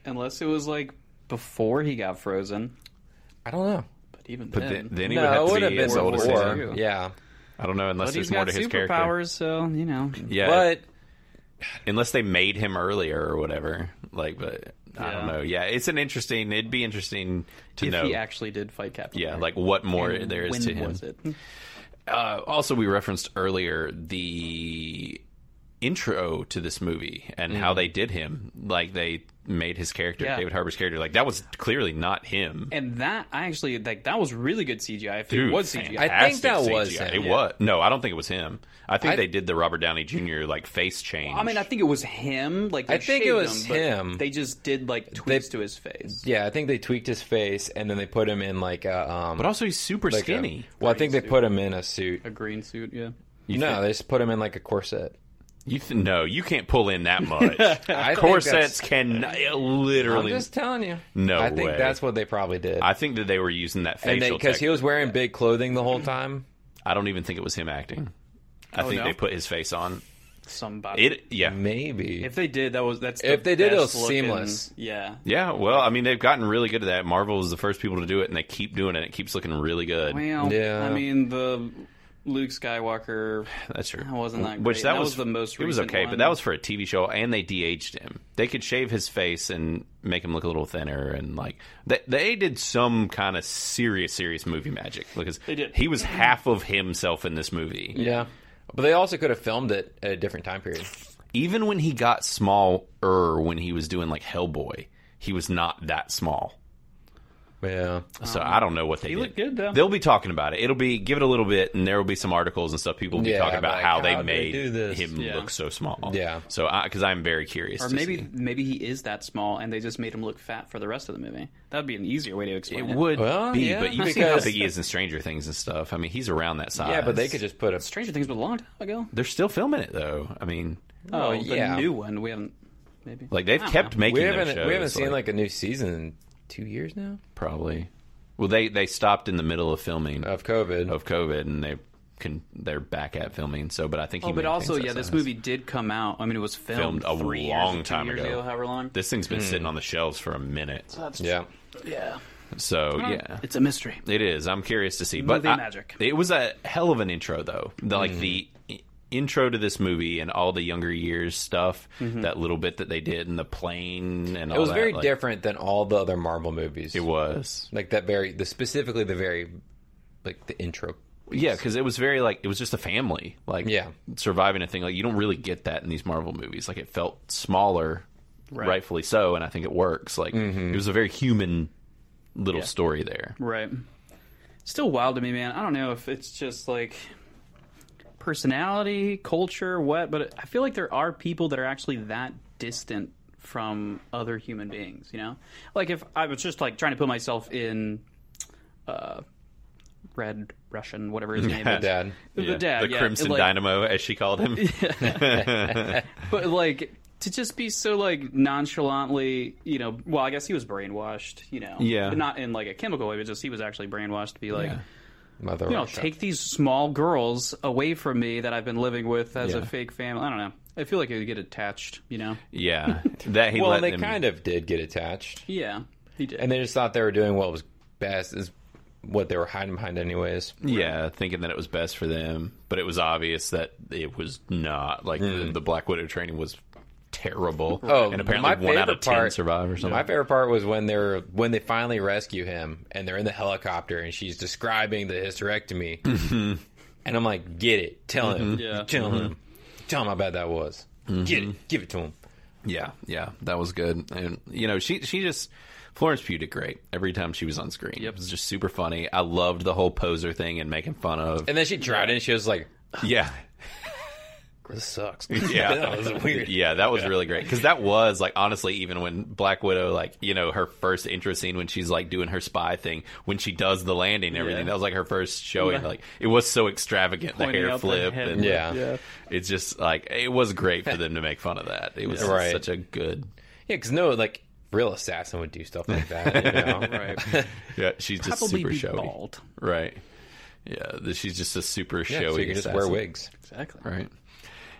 Unless it was like before he got frozen, I don't know. but even But then. then, then he no, would have to it would've be been as old as before. him. Yeah, I don't know unless but he's there's more got to his character. superpowers, so you know. Yeah, but unless they made him earlier or whatever. Like, but I don't Yeah. know. Yeah, it's an interesting. It'd be interesting to if know. he actually did fight Captain, yeah, America. like what more there is when to him. was it? Uh, also, we referenced earlier the intro to this movie and how Mm. they did him. Like they made his character, Yeah. David Harbour's character, like that was clearly not him. And that I actually like that was really good CGI. If it was CGI, I- think that fantastic was CGI. him, It yeah. was no, I don't think it was him. I think I- they did the Robert Downey Jr. like face change. I mean, I think it was him. Like they I think it shaved was him, but him. They just did like tweaks to his face. yeah, I think they tweaked his face and then they put him in like a um, but also he's super like a- skinny. well, I think they put him in a suit. A green suit, yeah. no, they just put him in like a corset. You th- no, you can't pull in that much. I think Corsets that's- can I'm literally. just telling you. No I think way. that's what they probably did. I think that they were using that and facial because because he was wearing big clothing the whole time. Oh, I don't even think it was him acting. I think no? they put his face on. somebody. It yeah. Maybe. if they did, that was that's the If they did, it was best looking- seamless. Yeah, Yeah, well, I mean, they've gotten really good at that. Marvel was the first people to do it, and they keep doing it. It keeps looking really good. Well, Yeah. I mean the Luke Skywalker. That's true. That wasn't that Which great. that, That was, was the most It was recent okay, one. but that was for a TV show, and they de-aged him. They could shave his face and make him look a little thinner, and like they, they did some kind of serious, serious movie magic because They did. He was half of himself in this movie. yeah. But they also could have filmed it at a different time period. Even when he got smaller, when he was doing like Hellboy, he was not that small. Yeah. So I don't know what they Um, He did. looked good though. They'll be talking about it. It'll be give it a little bit, and there will be some articles and stuff. People will be Yeah, talking about like, how, how they did they made do this? him Yeah. look so small. Yeah. So because I'm very curious, or to maybe see. maybe he is that small, and they just made him look fat for the rest of the movie. That'd be an easier way to explain it it. would Well, be, yeah, but you see how because- big he is in Stranger Things and stuff. I mean, he's around that size. Yeah, but they could just put a. Stranger Things was a long time ago. They're still filming it though. I mean, Oh, yeah. the new one we haven't. Maybe like they've I don't kept know. making We their haven't shows. we haven't seen like a new season in two years now probably. Well, they they stopped in the middle of filming of COVID. of COVID, and they can they're back at filming. So, but I think he Oh, but maintains also, that yeah, this size. movie did come out. I mean, it was Filmed filmed, a three long years, two time years ago. however long. This thing's Hmm. been sitting on the shelves for a minute. yeah. yeah, So yeah, it's a mystery. It is. I'm curious to see. But Movie I- magic. It was a hell of an intro, though. The, Mm-hmm. like the i- intro to this movie and all the younger years stuff. That little bit that they did in the plane and all Mm-hmm. It was that, very like, different than all the other Marvel movies. It was. like that very the specifically the very like the intro. Yeah, because it was very like it was just a family, like Yeah. surviving a thing. Like you don't really get that in these Marvel movies. Like it felt smaller, Right. rightfully so, and I think it works. Like Mm-hmm. it was a very human little story there. Right. Still wild to me, man. I don't know if it's just like personality, culture, what, but I feel like there are people that are actually that distant from other human beings, you know? Like if I was just like trying to put myself in uh Red Russian, whatever his name is. Dad. The Yeah. dad, the yeah. Crimson Like, Dynamo, as she called him. but like to just be so like nonchalantly, you know. Well, I guess he was brainwashed, you know. Yeah. But not in like a chemical way, but just he was actually brainwashed to be like, Yeah. Mother you know, Russia. take these small girls away from me that I've been living with as Yeah. a fake family. I don't know. I feel like it would get attached, you know? Yeah, that he well, let they them- kind of did get attached. Yeah, he did. and they just thought they were doing what was best is what they were hiding behind anyways Yeah, thinking that it was best for them, but it was obvious that it was not. Like the, the Black Widow training was terrible. Hmm. Oh, and apparently my one out of favorite ten part- survived or something. my favorite part was when they're when they finally rescue him and they're in the helicopter and she's describing the hysterectomy Mm-hmm. and i'm like get it tell him Yeah. tell him tell him how bad that was Mm-hmm. get it give it to him yeah, yeah, that was good. And you know, she she just Florence Pugh did great every time she was on screen. It was just super funny. I loved the whole poser thing and making fun of. and then she tried it and she was like yeah. this sucks Yeah, that was "Oh, weird Yeah, that was really great because that was like honestly, even when Black Widow, like you know, her first intro scene when she's like doing her spy thing, when she does the landing and everything, Yeah. that was like her first showing. Like it was so extravagant, the Pointing hair out the flip, head. and Yeah. Yeah. it's just like it was great for them to make fun of that. It was Yeah. Right. such a good. yeah because no like real assassin would do stuff like that you know right. Yeah, she's just Probably super be showy, bald. right? Yeah, th- she's just a super yeah, showy. so you can just wear assassin. wigs Exactly. right?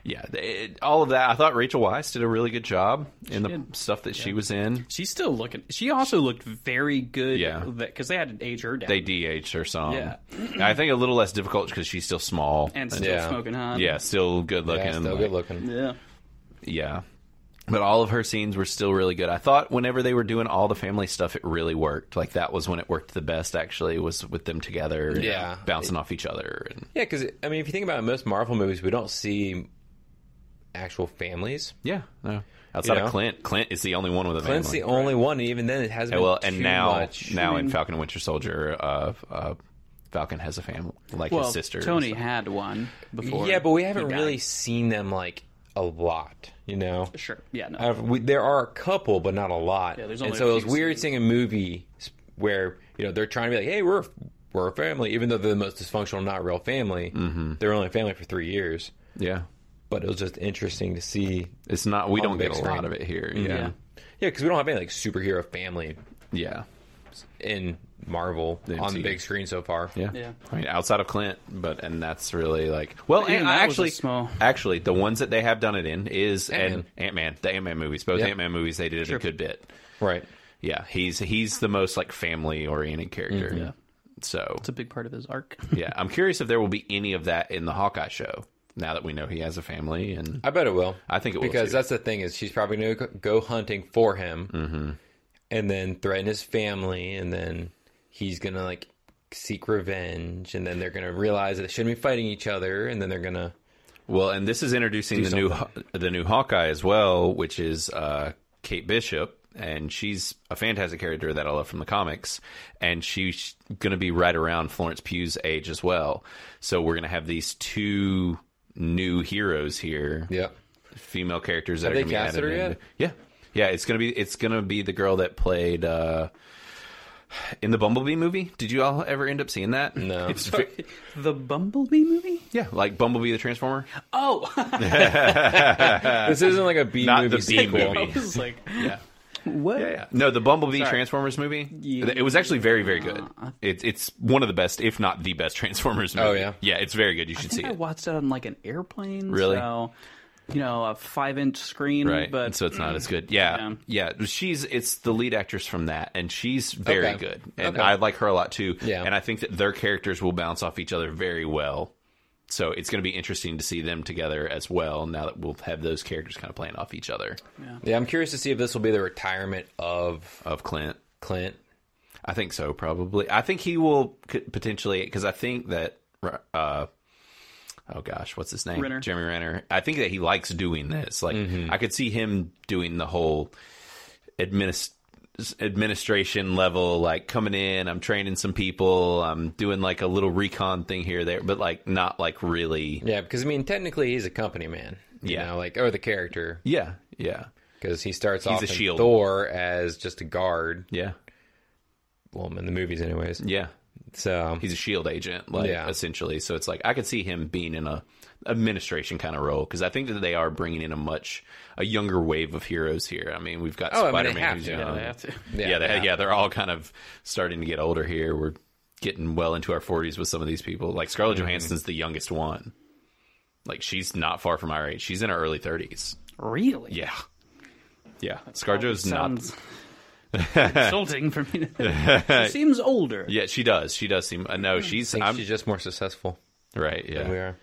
Yeah, they- it, all of that. I thought Rachel Weisz did a really good job in the did. stuff that she was in. She's still looking. She also looked very good. Yeah. Because they had to age her down. They DH her song. Yeah. I think a little less difficult because she's still small. and still Yeah. smoking hot. yeah, still good looking. yeah, still like- good looking Yeah. Yeah. But all of her scenes were still really good. I thought whenever they were doing all the family stuff, it really worked. Like that was when it worked the best. Actually, was with them together, and Yeah. bouncing off each other. And Yeah, because I mean, if you think about it, most Marvel movies, we don't see actual families. yeah, no. outside Yeah. of Clint, Clint is the only one with a Clint's family. the only one, and even then, it hasn't. Yeah, Been well, and too now, much. Mm. now in Falcon and Winter Soldier, uh, uh, Falcon has a family, like Well, his sister. uh, and Tony stuff. had one before. yeah, but we haven't he died. really seen them like a lot, you know. Sure. Yeah. No. I've, we, there are a couple, but not a lot. Yeah, there's and only so a it was few weird seeing a movie s- where you know they're trying to be like, "Hey, we're a f- we're a family," even though they're the most dysfunctional, not real family. Mm-hmm. They're only a family for three years, Yeah, but it was just interesting to see. it's not. We don't the get big a screen. Mm-hmm. lot of it here. Yeah, Yeah, yeah, because we don't have any like superhero family yeah. in Marvel The on the MCU. big screen so far. Yeah. Yeah. I mean, outside of Clint, but and that's really like well, Even and that was a actually, small- actually, the ones that they have done it in is and Ant-Man. Ant Man, the Ant Man movies, both Yeah. Ant Man movies, they did it a good bit. Right. Yeah, he's he's the most like family oriented character. Yeah. So Mm-hmm. It's a big part of his arc. yeah, I'm curious if there will be any of that in the Hawkeye show. Now that we know he has a family, and I bet it will. I think it will because too. that's the thing is she's probably going to go hunting for him, Mm-hmm. and then threaten his family, and then he's going to like seek revenge, and then they're going to realize that they shouldn't be fighting each other, and then they're going to well, and this is introducing the new Haw- the new Hawkeye as well, which is uh, Kate Bishop, and she's a fantastic character that I love from the comics, and she's going to be right around Florence Pugh's age as well. So we're going to have these two new heroes here. yeah. female characters that Have are they going to be cast added. her in. yet? Yeah, yeah. It's gonna be it's gonna be the girl that played uh, in the Bumblebee movie. Did you all ever end up seeing that? No. It's ve- the Bumblebee movie? yeah, like Bumblebee the Transformer. Oh, This isn't like a B Not movie the B sequel. movie. I was like, Yeah. what? Yeah, yeah. No, the Bumblebee Sorry. Uh-huh. Transformers movie. Yeah. It was actually very, very good. It's it's one of the best, if not the best, Transformers movie. Oh, yeah? yeah. It's very good. You should see I think I it. watched it on like an airplane. Really? So, you know, a five-inch screen, right but mm, and so it's not as good yeah, Yeah. yeah she's it's the lead actress from that and she's very Okay. good and Okay. i like her a lot too Yeah. and i think that their characters will bounce off each other very well so it's going to be interesting to see them together as well now that we'll have those characters kind of playing off each other Yeah, I'm curious to see if this will be the retirement of of clint Clint. i think so probably i think he will c- potentially because i think that uh Oh gosh, what's his name? Renner. Jeremy Renner. I think that he likes doing this. Like, I could see him doing the whole administ- administration level, like coming in, I'm training some people, I'm doing like a little recon thing here there, but like not like really. Yeah, because I mean, technically he's a company man. You Yeah. know, like or the character Yeah, yeah, because he starts off a in shield. Thor as just a guard. yeah, Well, in the movies, anyways. yeah. So He's a shield E agent, like Yeah. essentially. So it's like I could see him being in a administration kind of role because I think that they are bringing in a much a younger wave of heroes here. I mean, we've got Oh, I mean, they Spider Man have who's to. young. Yeah, I have to. yeah, yeah, they, yeah, they're all kind of starting to get older here. We're getting well into our 40s with some of these people. Like Scarlett Mm-hmm. Johansson's the youngest one. Like she's not far from our age. She's in her early 30s. Really? Yeah. Yeah. ScarJo's not sounds insulting for me. To... she seems older. Yeah, she does. She does seem uh, No, she's I Hmm. think I'm she's just more successful right, than we yeah.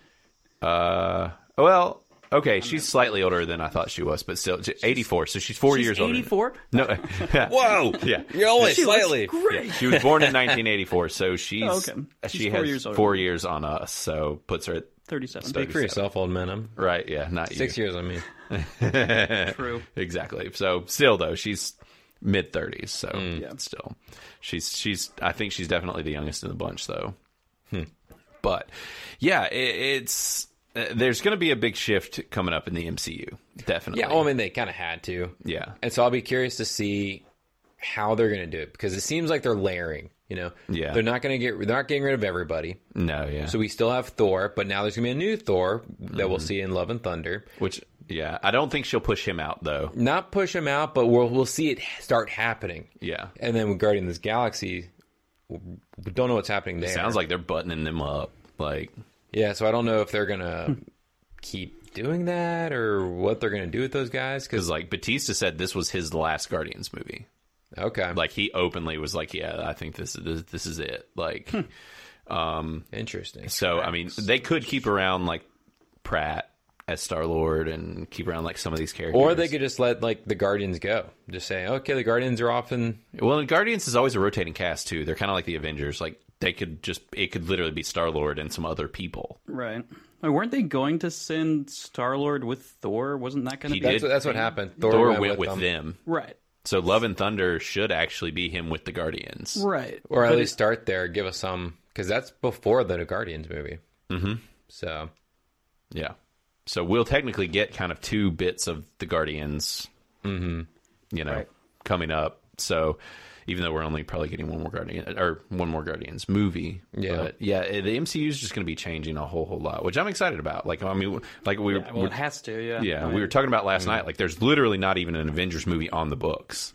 are. Uh well, okay, she's slightly older than I thought she was, but still 84, so she's 4 She's years older. 84. No. Whoa! Yeah. You're only She looks slightly. great. She was born in 1984, so she's, uh, Oh, okay. she She's four has years older. four years on us, so puts her at 37. Speak for yourself, old man. I'm Right, yeah, not six you. years on me. True. Exactly. So still though, she's mid 30s, so Yeah. still. She's she's I think she's definitely the youngest in the bunch though. Hmm. But yeah, it, it's uh, there's going to be a big shift coming up in the MCU. Definitely. Yeah, oh, well, I mean, they kind of had to. yeah. And so I'll be curious to see how they're going to do it because it seems like they're layering. You know, Yeah. they're not going to get they're not getting rid of everybody. No, yeah. So we still have Thor, but now there's going to be a new Thor that we'll see in Love and Thunder. Which yeah, I don't think she'll push him out though. Not push him out, but we'll we'll see it start happening. Yeah. And then with Guardians of the Galaxy, we don't know what's happening there. Sounds like they're buttoning them up like Yeah, so I don't know if they're gonna keep doing that or what they're gonna do with those guys. Because cuz like Batista said this was his last Guardians movie. okay, Like he openly was like, "Yeah, I think this is this, this is it." Like Hmm. interesting. So I mean, they could keep around like Pratt as Star Lord and keep around like some of these characters. Or they could just let like the Guardians go. Just say, okay, the Guardians are off and well, and Guardians is always a rotating cast too. They're kind of like the Avengers. Like they could just it could literally be Star Lord and some other people. Right. Like, weren't they going to send Star Lord with Thor? Wasn't that kind He of did. that's what, that's what happened. Thor, Thor went, with, them. them, right? So Love and Thunder should actually be him with the Guardians. Right. or at least start there. Give us some because that's before the Guardians movie. Mm-hmm. So Yeah. So we'll technically get kind of two bits of the Guardians, Mm-hmm. you know, coming up. So even though we're only probably getting one more Guardian or one more Guardians movie, Yeah. but yeah, eh, the MCU is just going to be changing a whole whole lot, which I'm excited about. Like I mean, like we were, Well, it has to. Yeah. Mm-hmm. yeah, we were talking about last night. Like there's literally not even an Avengers movie on the books.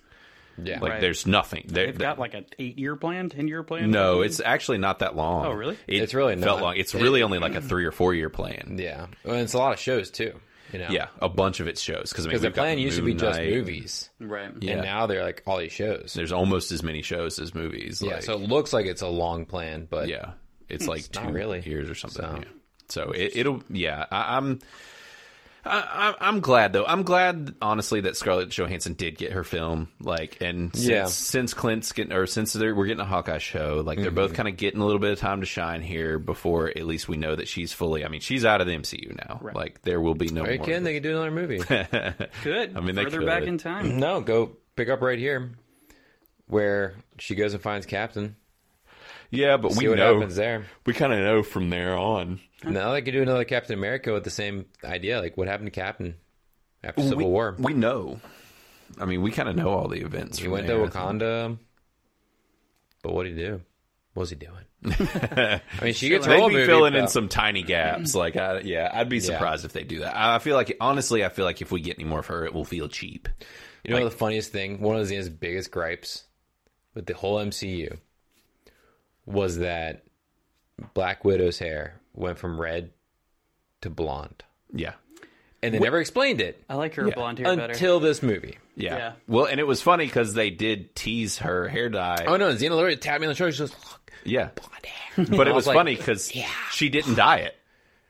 Yeah. Like Right. there's nothing. There, They've got like an eight-year plan, ten-year plan. no, it's actually not that long. Oh, really? It It's really felt not. long. It's really only like a three or four year plan. Yeah, well, and it's a lot of shows too. You know, Yeah, a bunch of its shows because I mean, because the we've got plan used to be Moon just Knight. movies, right. Yeah. and now they're like all these shows. There's almost as many shows as movies. yeah, like- so it looks like it's a long plan, but Yeah, it's like not two really. years or something. So- yeah. So it, it'll yeah. I, I'm I, I- I'm glad though. I'm glad honestly that Scarlett Johansson did get her film. Like and since, Yeah. since Clint's getting or since they're, we're getting a Hawkeye show, like they're Mm-hmm. both kind of getting a little bit of time to shine here before at least we know that she's fully. I mean, she's out of the MCU now. Like there will be no Are you more. kidding? They could do another movie. Good. I mean, they further could. back in time. no, go pick up right here, where she goes and finds Captain. yeah, but See we what know happens there. we kind of know from there on. Now they could do another Captain America with the same idea. Like what happened to Captain after Civil we, War? we know. I mean, we kind of know all the events. he went to Wakanda, but what did he do? What was he doing? I mean, she gets her They'd whole be movie filling in about- some tiny gaps. Like, I, yeah, I'd be surprised if they do that. I I feel like, honestly, I feel like if we get any more of her, it will feel cheap. You know the funniest thing, one of Xena's biggest gripes with the whole MCU was that Black Widow's hair went from red to blonde, Yeah, and they never explained it I like her blonde hair better. until this movie. yeah. Yeah. Well, and it was funny because they did tease her hair dye. Oh no, Xena literally tapped me on the shoulder. She goes, "Look, yeah, blonde hair." but it I was, was like, funny because she didn't dye it.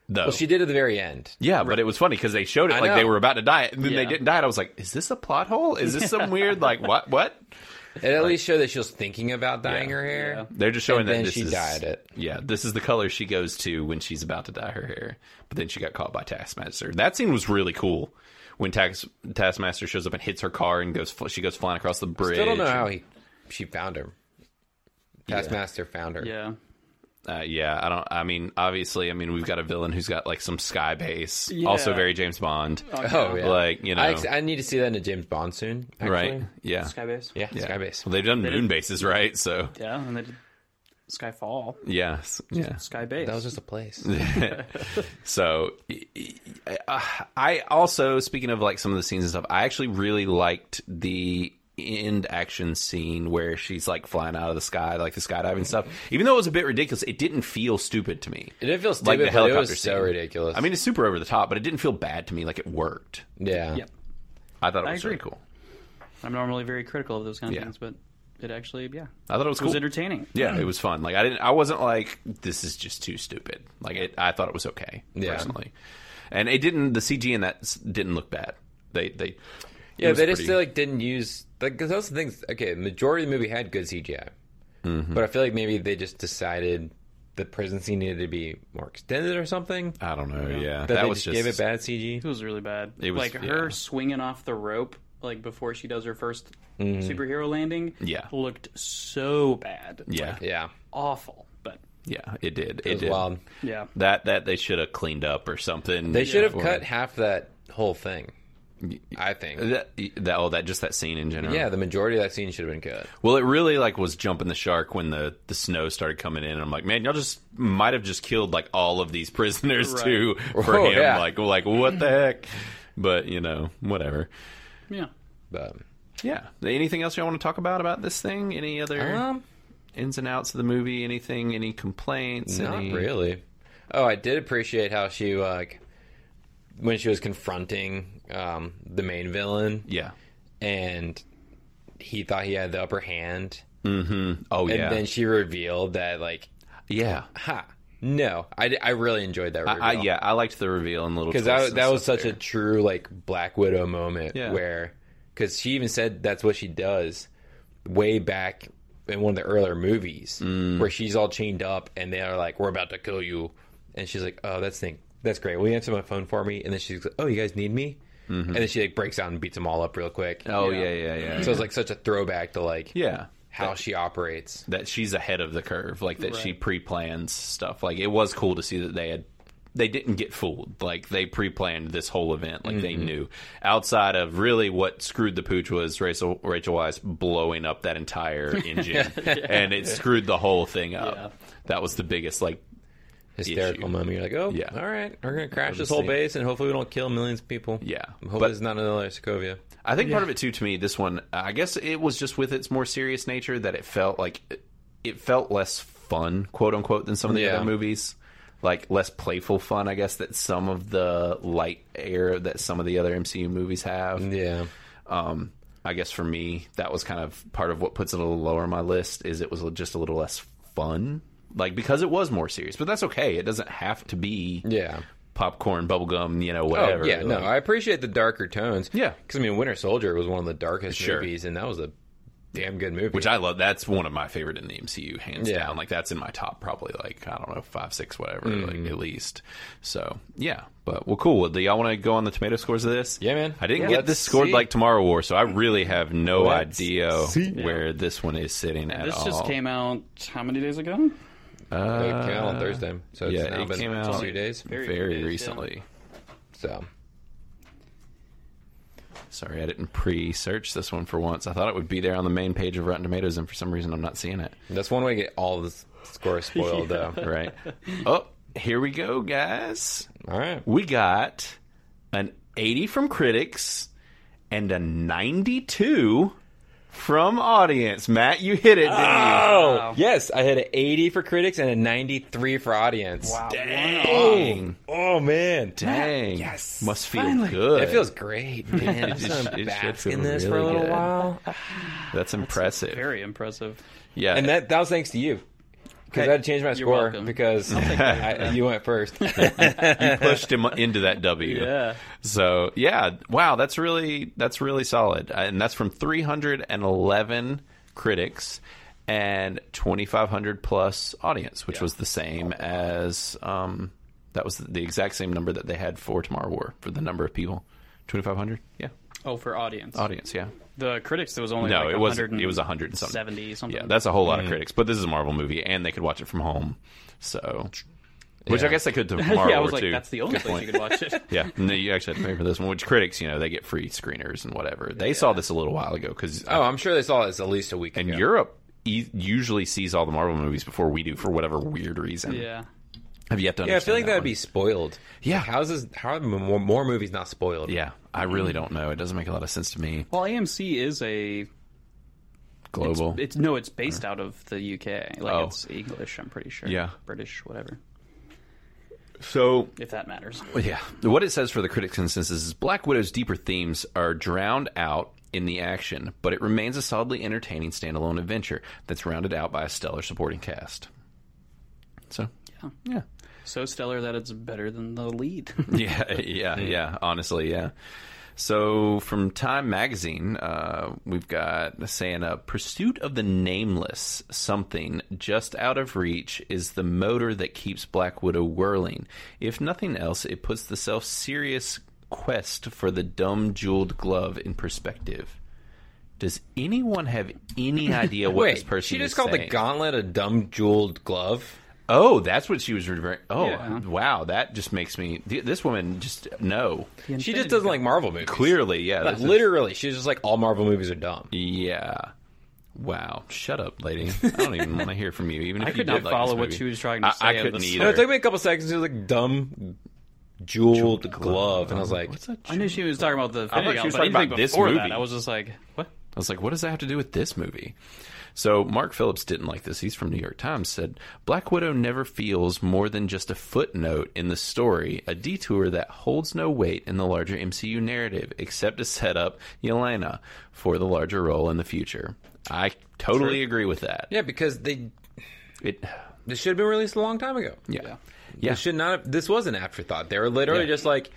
Though. Well, she did at the very end. yeah, but it was funny because they showed it I like they know. were about to dye it, and then they Yeah. didn't dye it. I was like, "Is this a plot hole? Is this some weird like what? What?" It at least showed that she was thinking about dyeing her hair. Yeah. They're just showing And that then this she is, dyed it. Yeah, this is the color she goes to when she's about to dye her hair. But then she got caught by Taskmaster. That scene was really cool when Tax, Taskmaster shows up and hits her car and goes. fl- She goes flying across the bridge. Still don't know how he she found her. Taskmaster found her. Yeah. Uh, yeah, I don't. I mean, obviously, I mean, we've got a villain who's got like some sky base. Also, Yeah. very James Bond. Oh yeah. Like you know, I, ex- I need to see that in a James Bond soon. Actually. right? Yeah. Skybase. Yeah, Yeah. Skybase. Well, they've done moon bases, right? So Yeah, and they did Skyfall, yes, yeah. Skybase. That was just a place. So y- y- uh, I also, speaking of like some of the scenes and stuff, I actually really liked the end action scene where she's like flying out of the sky, like the skydiving stuff. Even though it was a bit ridiculous, it didn't feel stupid to me. It didn't feel stupid, Like the but it helicopter was so scene. ridiculous. I mean, it's super over the top, but it didn't feel bad to me. Like it worked. yeah. Yep. I thought it I was really agree. cool. I'm normally very critical of those kind of Yeah. things, but it actually, yeah, I thought it was it was cool. entertaining. yeah, it was fun. Like I didn't, I wasn't like this is just too stupid. Like it, I thought it was okay Yeah. personally, and it didn't. The CG in that s- didn't look bad. They they it Yeah, was they just pretty- like didn't use like cause those things. Okay, majority of the movie had good CGI, Mm-hmm. but I feel like maybe they just decided the prison scene needed to be more extended or something. I don't know. Yeah, That, that they was just, gave it bad CG. It was really bad. It was- like yeah. her swinging off the rope, like before she does her first superhero landing. Mm-hmm. Yeah. looked so bad. Yeah, Yeah, awful. But yeah, it did. It, it was did. wild. yeah, That that they should have cleaned up or something. They should have Or- cut half that whole thing. I think. that, that. Oh, that just that scene in general. Yeah, the majority of that scene should have been cut. Well, it really like was jumping the shark when the the snow started coming in. And I'm like, man, y'all just might have just killed like all of these prisoners Right. too for Oh, him. yeah. Like like what the heck? But you know whatever. yeah. But Yeah. Anything else y'all want to talk about about this thing? Any other um, ins and outs of the movie? Anything? Any complaints? Not any... really. Oh, I did appreciate how she like when she was confronting um, the main villain, Yeah. and he thought he had the upper hand, Oh and yeah. then she revealed that like, yeah. ha, no, I, di- I really enjoyed that reveal. I, yeah, I liked the reveal and little because twists that, and that was stuff such there. a true like Black Widow moment Yeah. where because she even said that's what she does way back in one of the earlier movies Mm. where she's all chained up and they are like we're about to kill you and she's like oh that's thing that's great will you answer my phone for me and then she's like oh you guys need me and then she like breaks out and beats them all up real quick Mm-hmm. Oh yeah, yeah, yeah. so it's like such a throwback to like yeah, how she operates that she's ahead of the curve, like that she pre-plans stuff. Like it was cool to see that they had they didn't get fooled. Like they pre-planned this whole event. Like Mm-hmm. they knew. Outside of really what screwed the pooch was Rachel Rachel Wise blowing up that entire engine, and it screwed the whole thing up. That was the biggest like hysterical issue. moment. You're like, oh, Yeah. yeah. all right, we're going to crash this Obviously. whole base and hopefully we don't kill millions of people. Yeah. Hopefully But- it's not another Sokovia. I think part of it too, to me, this one, I guess it was just with its more serious nature that it felt like it felt less fun, quote unquote, than some of the Yeah. other movies. Like less playful fun, I guess, that some of the light air that some of the other MCU movies have. Yeah. Um, I guess for me, that was kind of part of what puts it a little lower on my list. Is it was just a little less fun, like because it was more serious. But that's okay. It doesn't have to be Yeah. popcorn, bubblegum, you know, whatever. Oh, yeah, no, Like, I appreciate the darker tones. Yeah. Because, I mean, Winter Soldier was one of the darkest Sure. movies, and that was a damn good movie. which I love. That's one of my favorite in the MCU, hands Yeah. down. Like that's in my top, probably like I don't know, five, six, whatever, Mm. like at least. So yeah, but well, cool. Do y'all want to go on the tomato scores of this? Yeah, man. I didn't Yeah. get Let's this scored see. like Tomorrow War, so I really have no Let's idea see. where this one is sitting at This all. just came out how many days ago? Uh, it came out on Thursday, so it's yeah, now it been came out- two days. very, few days, yeah. recently. So, Sorry, I didn't pre-search this one for once. I thought it would be there on the main page of Rotten Tomatoes, and for some reason, I'm not seeing it. that's one way to get all the s- scores spoiled, though. Right? oh, here we go, guys. All right. we got an 80 from critics and a 92 from audience. Matt, you hit it, didn't Oh, Wow. yes. I had an 80 for critics and a 93 for audience. Wow. you? Wow. Dang. Oh, man. Dang. Yes. Must feel Finally. good. It feels great, man. I'm It just just- gonna it should bask feel in this for a really little good. while. That's impressive. Very impressive. yeah. And that, that was thanks to you. Because Hey, I had to change my score welcome. because I, you went first. you pushed him into that W. Yeah. So, yeah, wow, that's really that's really solid. Uh, And that's from 311 critics and 2500 plus audience, which was the same as um that was the exact same number that they had for Tomorrow War for the number of people. 2500? Yeah. Oh, for audience. Audience, yeah. The critics, there was only No, like it was 100 it was 100 and something. Mm. 70 something. Yeah, that's a whole lot of critics, but this is a Marvel movie and they could watch it from home. So which I Yeah. guess they could to yeah. Tomorrow I War was like, too. that's the only Good place point. you could watch it. Yeah, no, you actually have to pay for this one. Which critics, you know, they get free screeners and whatever. They saw this a little while ago because oh, I'm sure they saw this at least a week and ago. Europe e- usually sees all the Marvel movies before we do for whatever weird reason. yeah. Have you yet to? yeah, I feel like understand that would one. be spoiled. Yeah. How is this, how are more, more movies not spoiled? Yeah, I Mm-hmm. really don't know. It doesn't make a lot of sense to me. Well, AMC is a Global. It's no, it's based out of the UK. Like Oh. it's English, I'm pretty sure. Yeah. British, whatever. so If that matters. Yeah. What it says for the critics' consensus is Black Widow's deeper themes are drowned out in the action, but it remains a solidly entertaining standalone adventure that's rounded out by a stellar supporting cast. So, Yeah. yeah. So stellar that it's better than the lead. yeah, yeah, Mm. yeah. Honestly, yeah. So from Time Magazine, uh, we've got saying a pursuit of the nameless, something just out of reach, is the motor that keeps Black Widow whirling. If nothing else, it puts the self-serious quest for the dumb jeweled glove in perspective. Does anyone have any idea what Wait, this person? she just is called the saying? gauntlet a dumb jeweled glove. Oh, that's what she was referring. Oh, Yeah. wow, that just makes me. th- This woman just no. She just doesn't like Marvel movies. Clearly, yeah. Like, this is- literally, she's just like all Marvel movies are dumb. yeah. Wow. Shut up, lady. I don't even want to hear from you, even if I you could did not like follow this what movie. she was trying to I- say. I of couldn't this. either. No, it took me a couple seconds. She was like dumb jeweled glove, and I was like, What's that? I knew she was talking about the. I thought she video, was but talking anything about this before movie. That, I was just like, what? I was like, what does that have to do with this movie? So Mark Phillips didn't like this. He's from New York Times. Said Black Widow never feels more than just a footnote in the story, a detour that holds no weight in the larger MCU narrative, except to set up Yelena for the larger role in the future. I totally agree with that. yeah, because they It, this should have been released a long time ago. yeah, This yeah, should not. Have, this was an afterthought. They were literally Yeah. just like,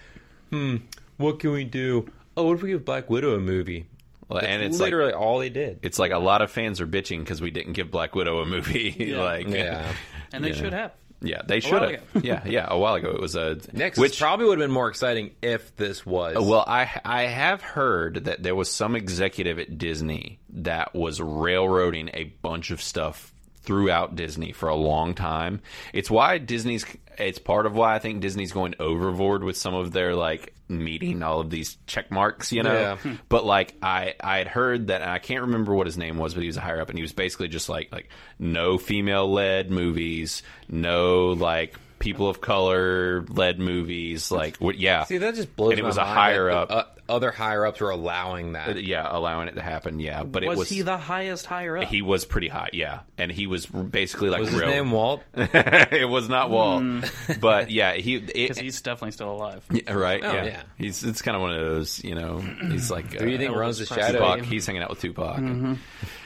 hmm, what can we do? Oh, what if we give Black Widow a movie? Well, and it's like literally all they did. it's like a lot of fans are bitching because we didn't give Black Widow a movie. like, Yeah. And they Yeah. should have. yeah, they should while have. yeah, yeah, a while ago it was a Next, which which Oh, probably would have been more exciting if this was. Well, I I have heard that there was some executive at Disney that was railroading a bunch of stuff throughout Disney for a long time. It's why Disney's it's part of why I think Disney's going overboard with some of their like meeting all of these check marks, you know. Yeah. But like I I had heard that and I can't remember what his name was, but he was higher up and he was basically just like like no female led movies, no like people of color led movies. Like, what, yeah, See, that just blows. And it my was a mind higher that up. uh, the, uh, other higher ups were allowing that. yeah, allowing it to happen. Yeah, but was, it was he the highest higher up? he was pretty high. Yeah, and he was basically like Was his real- name Walt? Hmm. it was not Walt, but yeah, he it, Because he's definitely still alive. yeah, right. yeah. Oh, yeah. he's it's kind of one of those. You know, he's like uh, Who do you think runs the Elvis shadow? Tupac. He's hanging out with Tupac. Mm-hmm.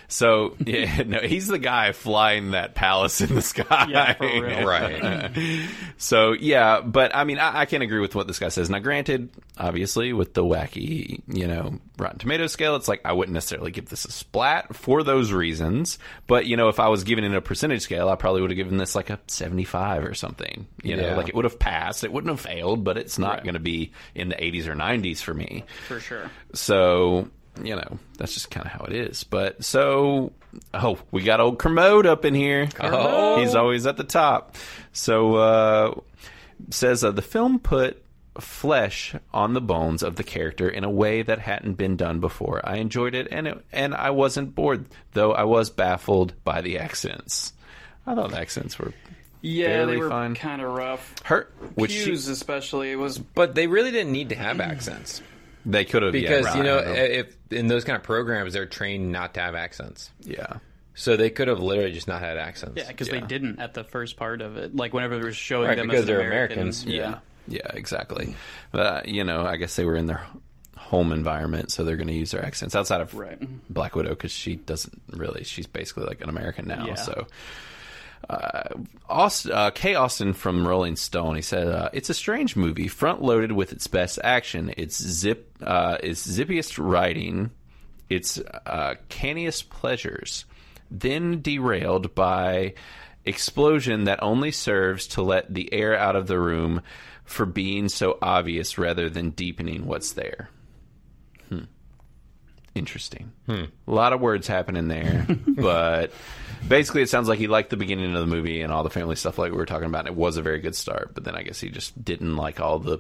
So yeah, no, he's the guy flying that palace in the sky. Yeah, for real. Right. So yeah, but I mean, I, I can agree with what this guy says. Now, granted, obviously, with the wacky, you know, Rotten Tomato scale, it's like I wouldn't necessarily give this a splat for those reasons. But you know, if I was giving it a percentage scale, I probably would have given this like a seventy-five or something. You know, Yeah. like it would have passed. It wouldn't have failed, but it's not going to be in the eighties or nineties for me. For sure. So, you know, that's just kind of how it is. But so, oh, we got old Kermode up in here. Kermode. He's always at the top. So, uh, says uh, the film put flesh on the bones of the character in a way that hadn't been done before. I enjoyed it and it, and I wasn't bored, though I was baffled by the accents. I thought the accents were Yeah, Barely they were fine. kind of rough. hurt, which she- Hughes especially it was But they really didn't need to have accents they could have yeah, because right, you know eh, I don't if in those kind of programs they're trained not to have accents, yeah. so they could have literally just not had accents. yeah, because Yeah. they didn't at the first part of it. Like whenever they were showing Right, them because as an they're American. Americans. Yeah. Yeah. Yeah, exactly. But, you know, I guess they were in their home environment, so they're going to use their accents outside of Right. Black Widow because she doesn't really, she's basically like an American now. Yeah. So, uh, Aust uh, Kay Austin from Rolling Stone, he said, uh, "It's a strange movie, front loaded with its best action, its zip, uh, its zippiest writing, its uh, canniest pleasures, then derailed by explosion that only serves to let the air out of the room for being so obvious rather than deepening what's there." Interesting. Hmm. A lot of words happening there, but basically, it sounds like he liked the beginning of the movie and all the family stuff, like we were talking about. It was a very good start, but then I guess he just didn't like all the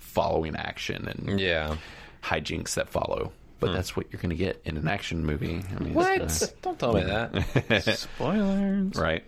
following action and yeah. hijinks that follow. But that's what you're going to get in an action movie. I mean, it's, uh, What? Don't tell me that. Spoilers. right.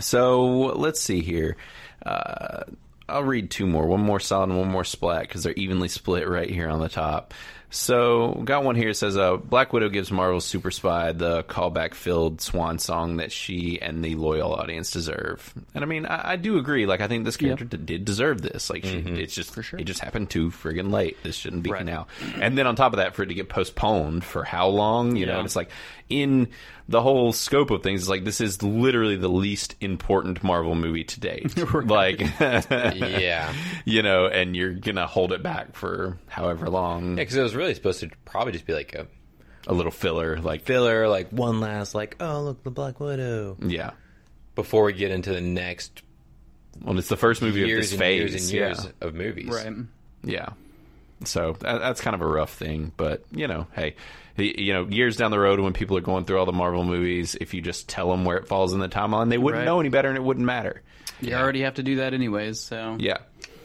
So let's see here. Uh, I'll read two more. One more solid and one more splat because they're evenly split right here on the top. So got one here. It says uh, Black Widow gives Marvel's super spy the callback filled swan song that she and the loyal audience deserve. And I mean, I, I do agree. Like I think this character d- did deserve this. Like she, Mm-hmm. it's just it just happened too friggin' late. This shouldn't be now. And then on top of that, for it to get postponed for how long? You know, Yeah. and it's like in the whole scope of things, it's like this is literally the least important Marvel movie to date. Like, yeah, you know, and you're gonna hold it back for however long, because it was really supposed to probably just be like a a little filler, like filler, like one last, like oh look the Black Widow yeah. before we get into the next Well, it's the first movie years of this and phase, years and yeah. years of movies. Right. Yeah. So that, that's kind of a rough thing, but you know, hey, y- you know, years down the road when people are going through all the Marvel movies, if you just tell them where it falls in the timeline, they wouldn't Right. know any better, and it wouldn't matter. You already have to do that anyways, so Yeah.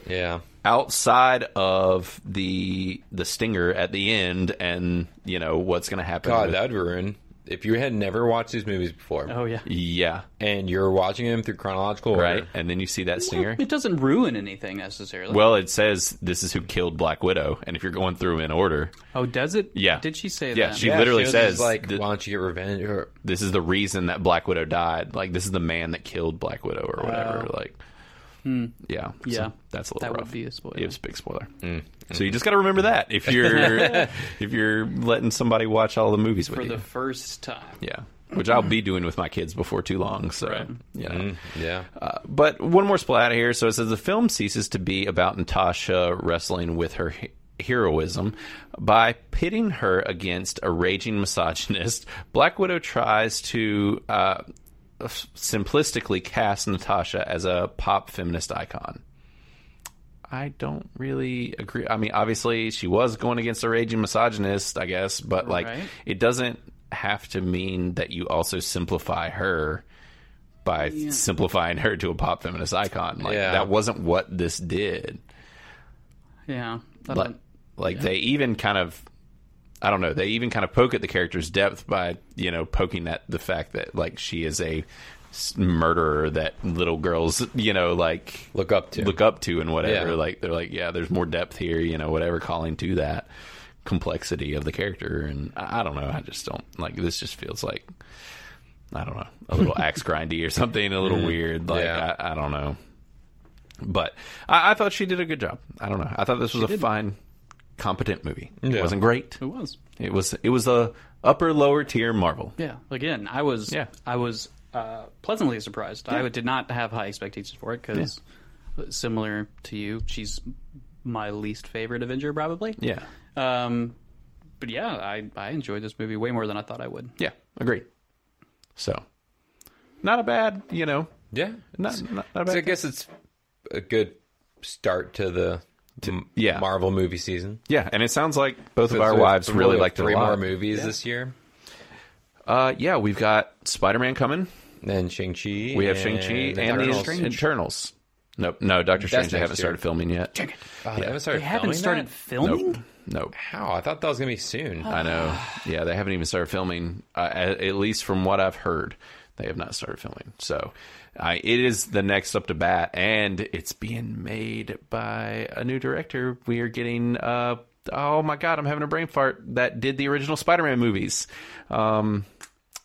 Yeah. Outside of the the stinger at the end, and you know what's going to happen. God, with- that would ruin if you had never watched these movies before Oh yeah. yeah, and you're watching them through chronological order. right. And then you see that stinger. It doesn't ruin anything necessarily. Well, it says this is who killed Black Widow, and if you're going through in order, oh, does it? Yeah. Did she say Yeah, that? she- literally she was says just like, that- "Why don't you get revenge?" Or this is the reason that Black Widow died. Like this is the man that killed Black Widow or whatever. like, yeah, So Hmm. Yeah. that's a little that rough. would be a spoiler. It's a big spoiler. So you just got to remember that if you're if you're letting somebody watch all the movies with For you. the first time. yeah. Which I'll be doing with my kids before too long. So, you Hmm. know. Mm, yeah, Uh, but one more splat here. So it says the film ceases to be about Natasha wrestling with her he- heroism by pitting her against a raging misogynist. Black Widow tries to uh, f- simplistically cast Natasha as a pop feminist icon. I don't really agree. I mean, obviously, she was going against a raging misogynist, I guess, but like, Right. it doesn't have to mean that you also simplify her by simplifying her to a pop feminist icon. Like Yeah. that wasn't what this did. Yeah. I Like, don't- like they even kind of, I don't know, they even kind of poke at the character's depth by you know poking at the fact that like she is a s- murderer that little girls, you know, like Look up to. look up to and whatever. Yeah. Like they're like, yeah, there's more depth here, you know, whatever. Calling to that complexity of the character, and I, I don't know. I just don't like this. Just feels like I don't know, a little axe grindy or something, a little weird. Like Mm-hmm. Yeah. I, I don't know. But I, I thought she did a good job. I don't know. I thought this was a fine, competent movie. It Yeah. wasn't great. It was. It was it was a upper lower tier Marvel. Yeah. Again, I was. Yeah. I was uh, pleasantly surprised. I did not have high expectations for it because, similar to you, she's my least favorite Avenger probably. Yeah, Um, but yeah, I I enjoyed this movie way more than I thought I would. yeah, agreed. So, not a bad, you know, Yeah. not not, not a bad. So I guess it's a good start to the m- yeah. Marvel movie season. Yeah, and it sounds like both of So our it's wives really like liked it three a lot. more movies this year. Uh, yeah, we've got Spider-Man coming. Then Shang Chi. We have Shang-Chi and the Eternals. Strange. Eternals. Nope, no, Doctor Strange. They next haven't year. started filming yet. Oh, they haven't started. They haven't filming started That? filming. Nope, nope. Wow, I thought that was gonna be soon. I know. Yeah, they haven't even started filming. Uh, at, at least from what I've heard, they have not started filming. So, I it is the next up to bat, and it's being made by a new director. We are getting. Uh, oh my god, I'm having a brain fart. That did the original Spider-Man movies. Um,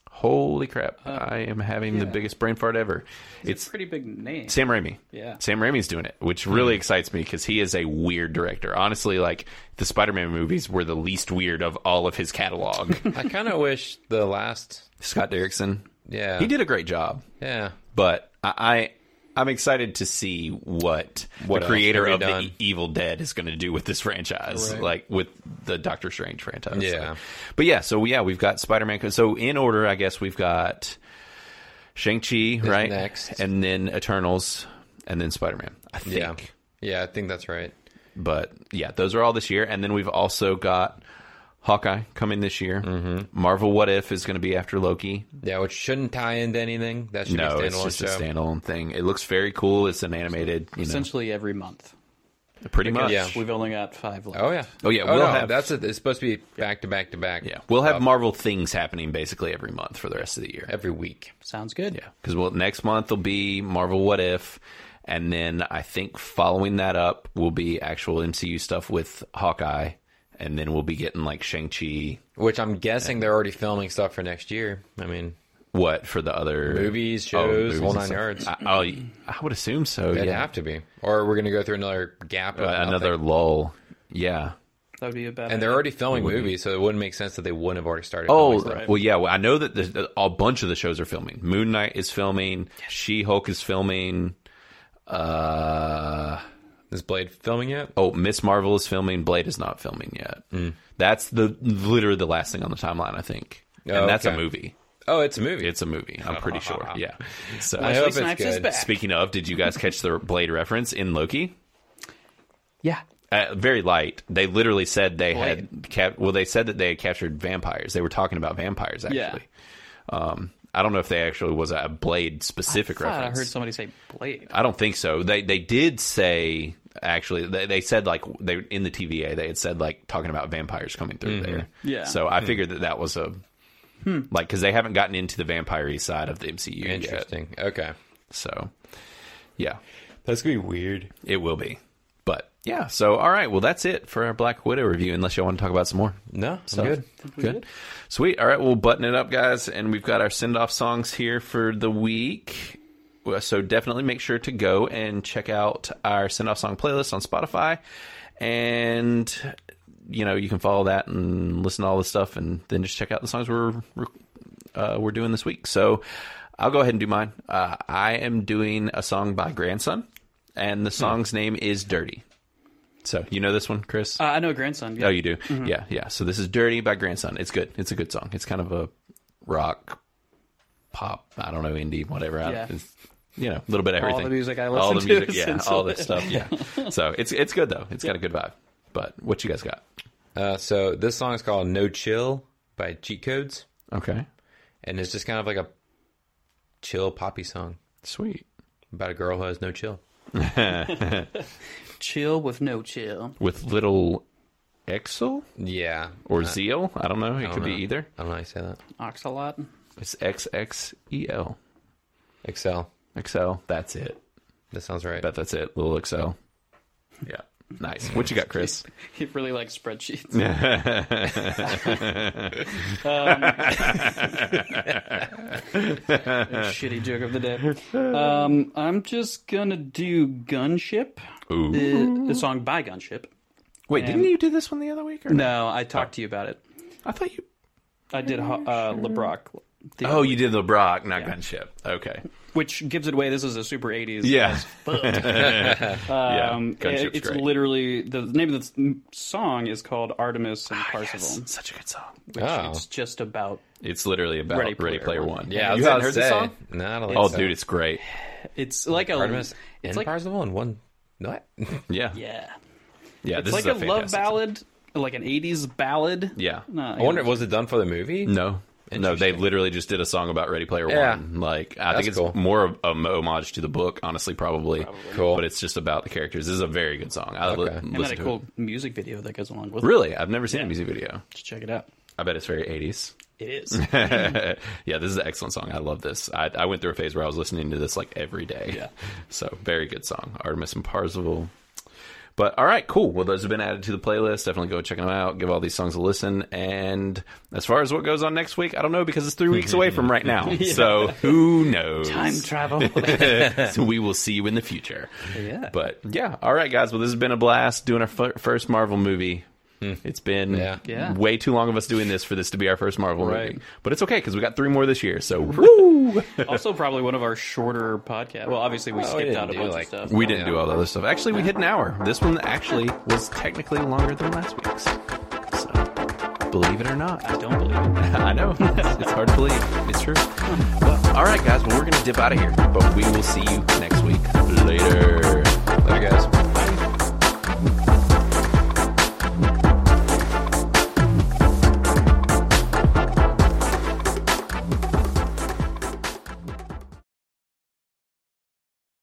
holy crap! I am having the biggest brain fart ever. It's a pretty big name. Sam Raimi. Yeah. Sam Raimi's doing it, which really Hmm. excites me because he is a weird director. Honestly, like the Spider Man movies were the least weird of all of his catalog. I kind of wish the last. Scott Derrickson. Yeah. He did a great job, Yeah. but I. I I'm excited to see what, What the else creator can be of the done? E- Evil Dead is going to do with this franchise, Right. like with the Doctor Strange franchise. Yeah. Like, but yeah, so yeah, we've got Spider Man. So in order, I guess we've got Shang Chi, right? next. and then Eternals, and then Spider Man. I think. Yeah. Yeah, I think that's right. But yeah, those are all this year. And then we've also got Hawkeye coming this year. Mm-hmm. Marvel What If is going to be after Loki. Yeah, which shouldn't tie into anything. That should No, be a it's standalone just show. a standalone thing. It looks very cool. It's an animated, you know, Essentially every month. pretty much. Yeah. We've only got five left. oh yeah. Oh, yeah, we'll no, have- that's a, it's supposed to be back to back to back. Yeah. We'll have Marvel things happening basically every month for the rest of the year. every week. Sounds good. Yeah. Because well, next month will be Marvel What If. And then I think following that up will be actual MCU stuff with Hawkeye. And then we'll be getting like Shang-Chi. Which I'm guessing they're already filming stuff for next year. I mean, What for the other movies, Oh, shows, movies whole and nine stuff. yards. I, I'll- I would assume so. They'd yeah, have to be, or we're gonna go through another gap. Of Uh, nothing. another lull. Yeah. That would be a bad And they're already filming movies, so it wouldn't make sense that they wouldn't have already started. Oh, filming stuff. well, yeah. Well, I know that there's a a bunch of the shows are filming. Moon Knight is filming. She Hulk is filming. Uh, is Blade filming yet? oh, Miss Marvel is filming. Blade is not filming yet. Mm. That's the literally the last thing on the timeline, I think. And Oh, that's a okay. movie. Oh, it's a movie. It's a movie. I'm pretty sure. Yeah. So, I hope it's Snipes is good. back. speaking of, did you guys catch the Blade reference in Loki? Yeah. uh, very light. They literally said they had cap- well, they said that they had captured vampires. They were talking about vampires actually. Yeah. Um, I don't know if they actually was a blade specific Thought I reference. heard somebody say Blade. I don't think so. They they did say actually they, they said like they in the TVA they had said like talking about vampires coming through there. Mm-hmm. Yeah. Hmm. So I figured that that was a like because they haven't gotten into the vampire side of the MCU yet. Interesting. Okay, So yeah, that's gonna be weird. it will be. But yeah, so all right, well that's it for our Black Widow review. Unless you want to talk about some more. No, So, I'm good. Good. Sweet. All right, we'll button it up, guys, and we've got our send off songs here for the week. Well, So definitely make sure to go and check out our send off song playlist on Spotify. And, you know, you can follow that and listen to all the stuff and then just check out the songs we're, we're, uh, we're doing this week. So I'll go ahead and do mine. Uh, I am doing a song by Grandson, and the song's name is Dirty. So you know this one, Chris? Uh, I know grandson. Yeah. Oh, you do? Mm-hmm. Yeah, yeah. So this is Dirty by Grandson. It's good. It's a good song. It's kind of a rock, pop, I don't know, indie, whatever. I- Yeah. it's, you know, a little bit of All everything. the music I All the listen to music, is yeah. into All it. this stuff, yeah. so it's it's good, though. It's got a good vibe. But what you guys got? Uh, so this song is called "No Chill" by Cheat Codes, Okay. and it's just kind of like a chill poppy song Sweet. about a girl who has no chill. Chill with no chill. With little Exel Yeah, or Zeal? Uh, I don't know. It could be know. either. I don't know how you say that. E Oxalot. It's XXEL. Excel. Excel. That's it. That sounds right. Bet that's it. Little Excel. Yeah. Nice. What you got, Chris? He really likes spreadsheets. Um, Shitty joke of the day. Um, I'm just gonna do Gunship, Ooh. the, the song by Gunship. Wait, didn't you do this one the other week? Or No, I talked to you about it. I thought you. I did ho- uh, LeBrock, the- Oh, you did the Brock, not Gunship. Okay. which gives it away. This is a super 80s. Yeah. Um, Gunship's it- it's great. literally the name of the s- song is called Artemis and Parsifal. Such a good song. Which Oh. It's just about It's literally about Ready Ready Player, Player One. yeah, I you haven't was gonna heard say, this song? No, I don't think Oh, so. dude, it's great. it's like a Artemis it's and like Parsifal in one. What? Yeah, yeah. yeah this it's like is a, a, love fantastic song. ballad, like an 80s ballad. Uh, Yeah. No, I wonder, was it done for the movie? No, no, they literally just did a song about Ready Player Yeah. One. Like, I think That's it's cool. more of a homage to the book, honestly, probably. Cool. But it's just about the characters. This is a very good song. I li- Okay. And and then listen a to cool it. music video that goes along with it. Really, I've never seen a music video. Just check it out. I bet it's very '80s. It is. yeah, this is an excellent song. I love this. I, I went through a phase where I was listening to this like every day. Yeah. So very good song, Artemis and Parzival. But all right, cool. Well, those have been added to the playlist. Definitely go check them out. Give all these songs a listen. And as far as what goes on next week, I don't know because it's three weeks away from right now. So who knows? Time travel. so we will see you in the future. Yeah. But yeah, all right, guys. Well, this has been a blast doing our f- first Marvel movie. It's been Hmm. Yeah. Yeah. way too long of us doing this for this to be our first Marvel Right. movie, but it's okay because we got three more this year. So woo! also, probably one of our shorter podcasts. Well, obviously, we Oh, we skipped didn't out a do, bunch like- of stuff. we didn't do all the other stuff. Actually, we hit an hour. This one actually was technically longer than last week's. So believe it or not, I don't believe it. I know it's, it's hard to believe. It's true. Well, all right, guys. Well, we're gonna dip out of here, but we will see you next week. Later. Later, guys.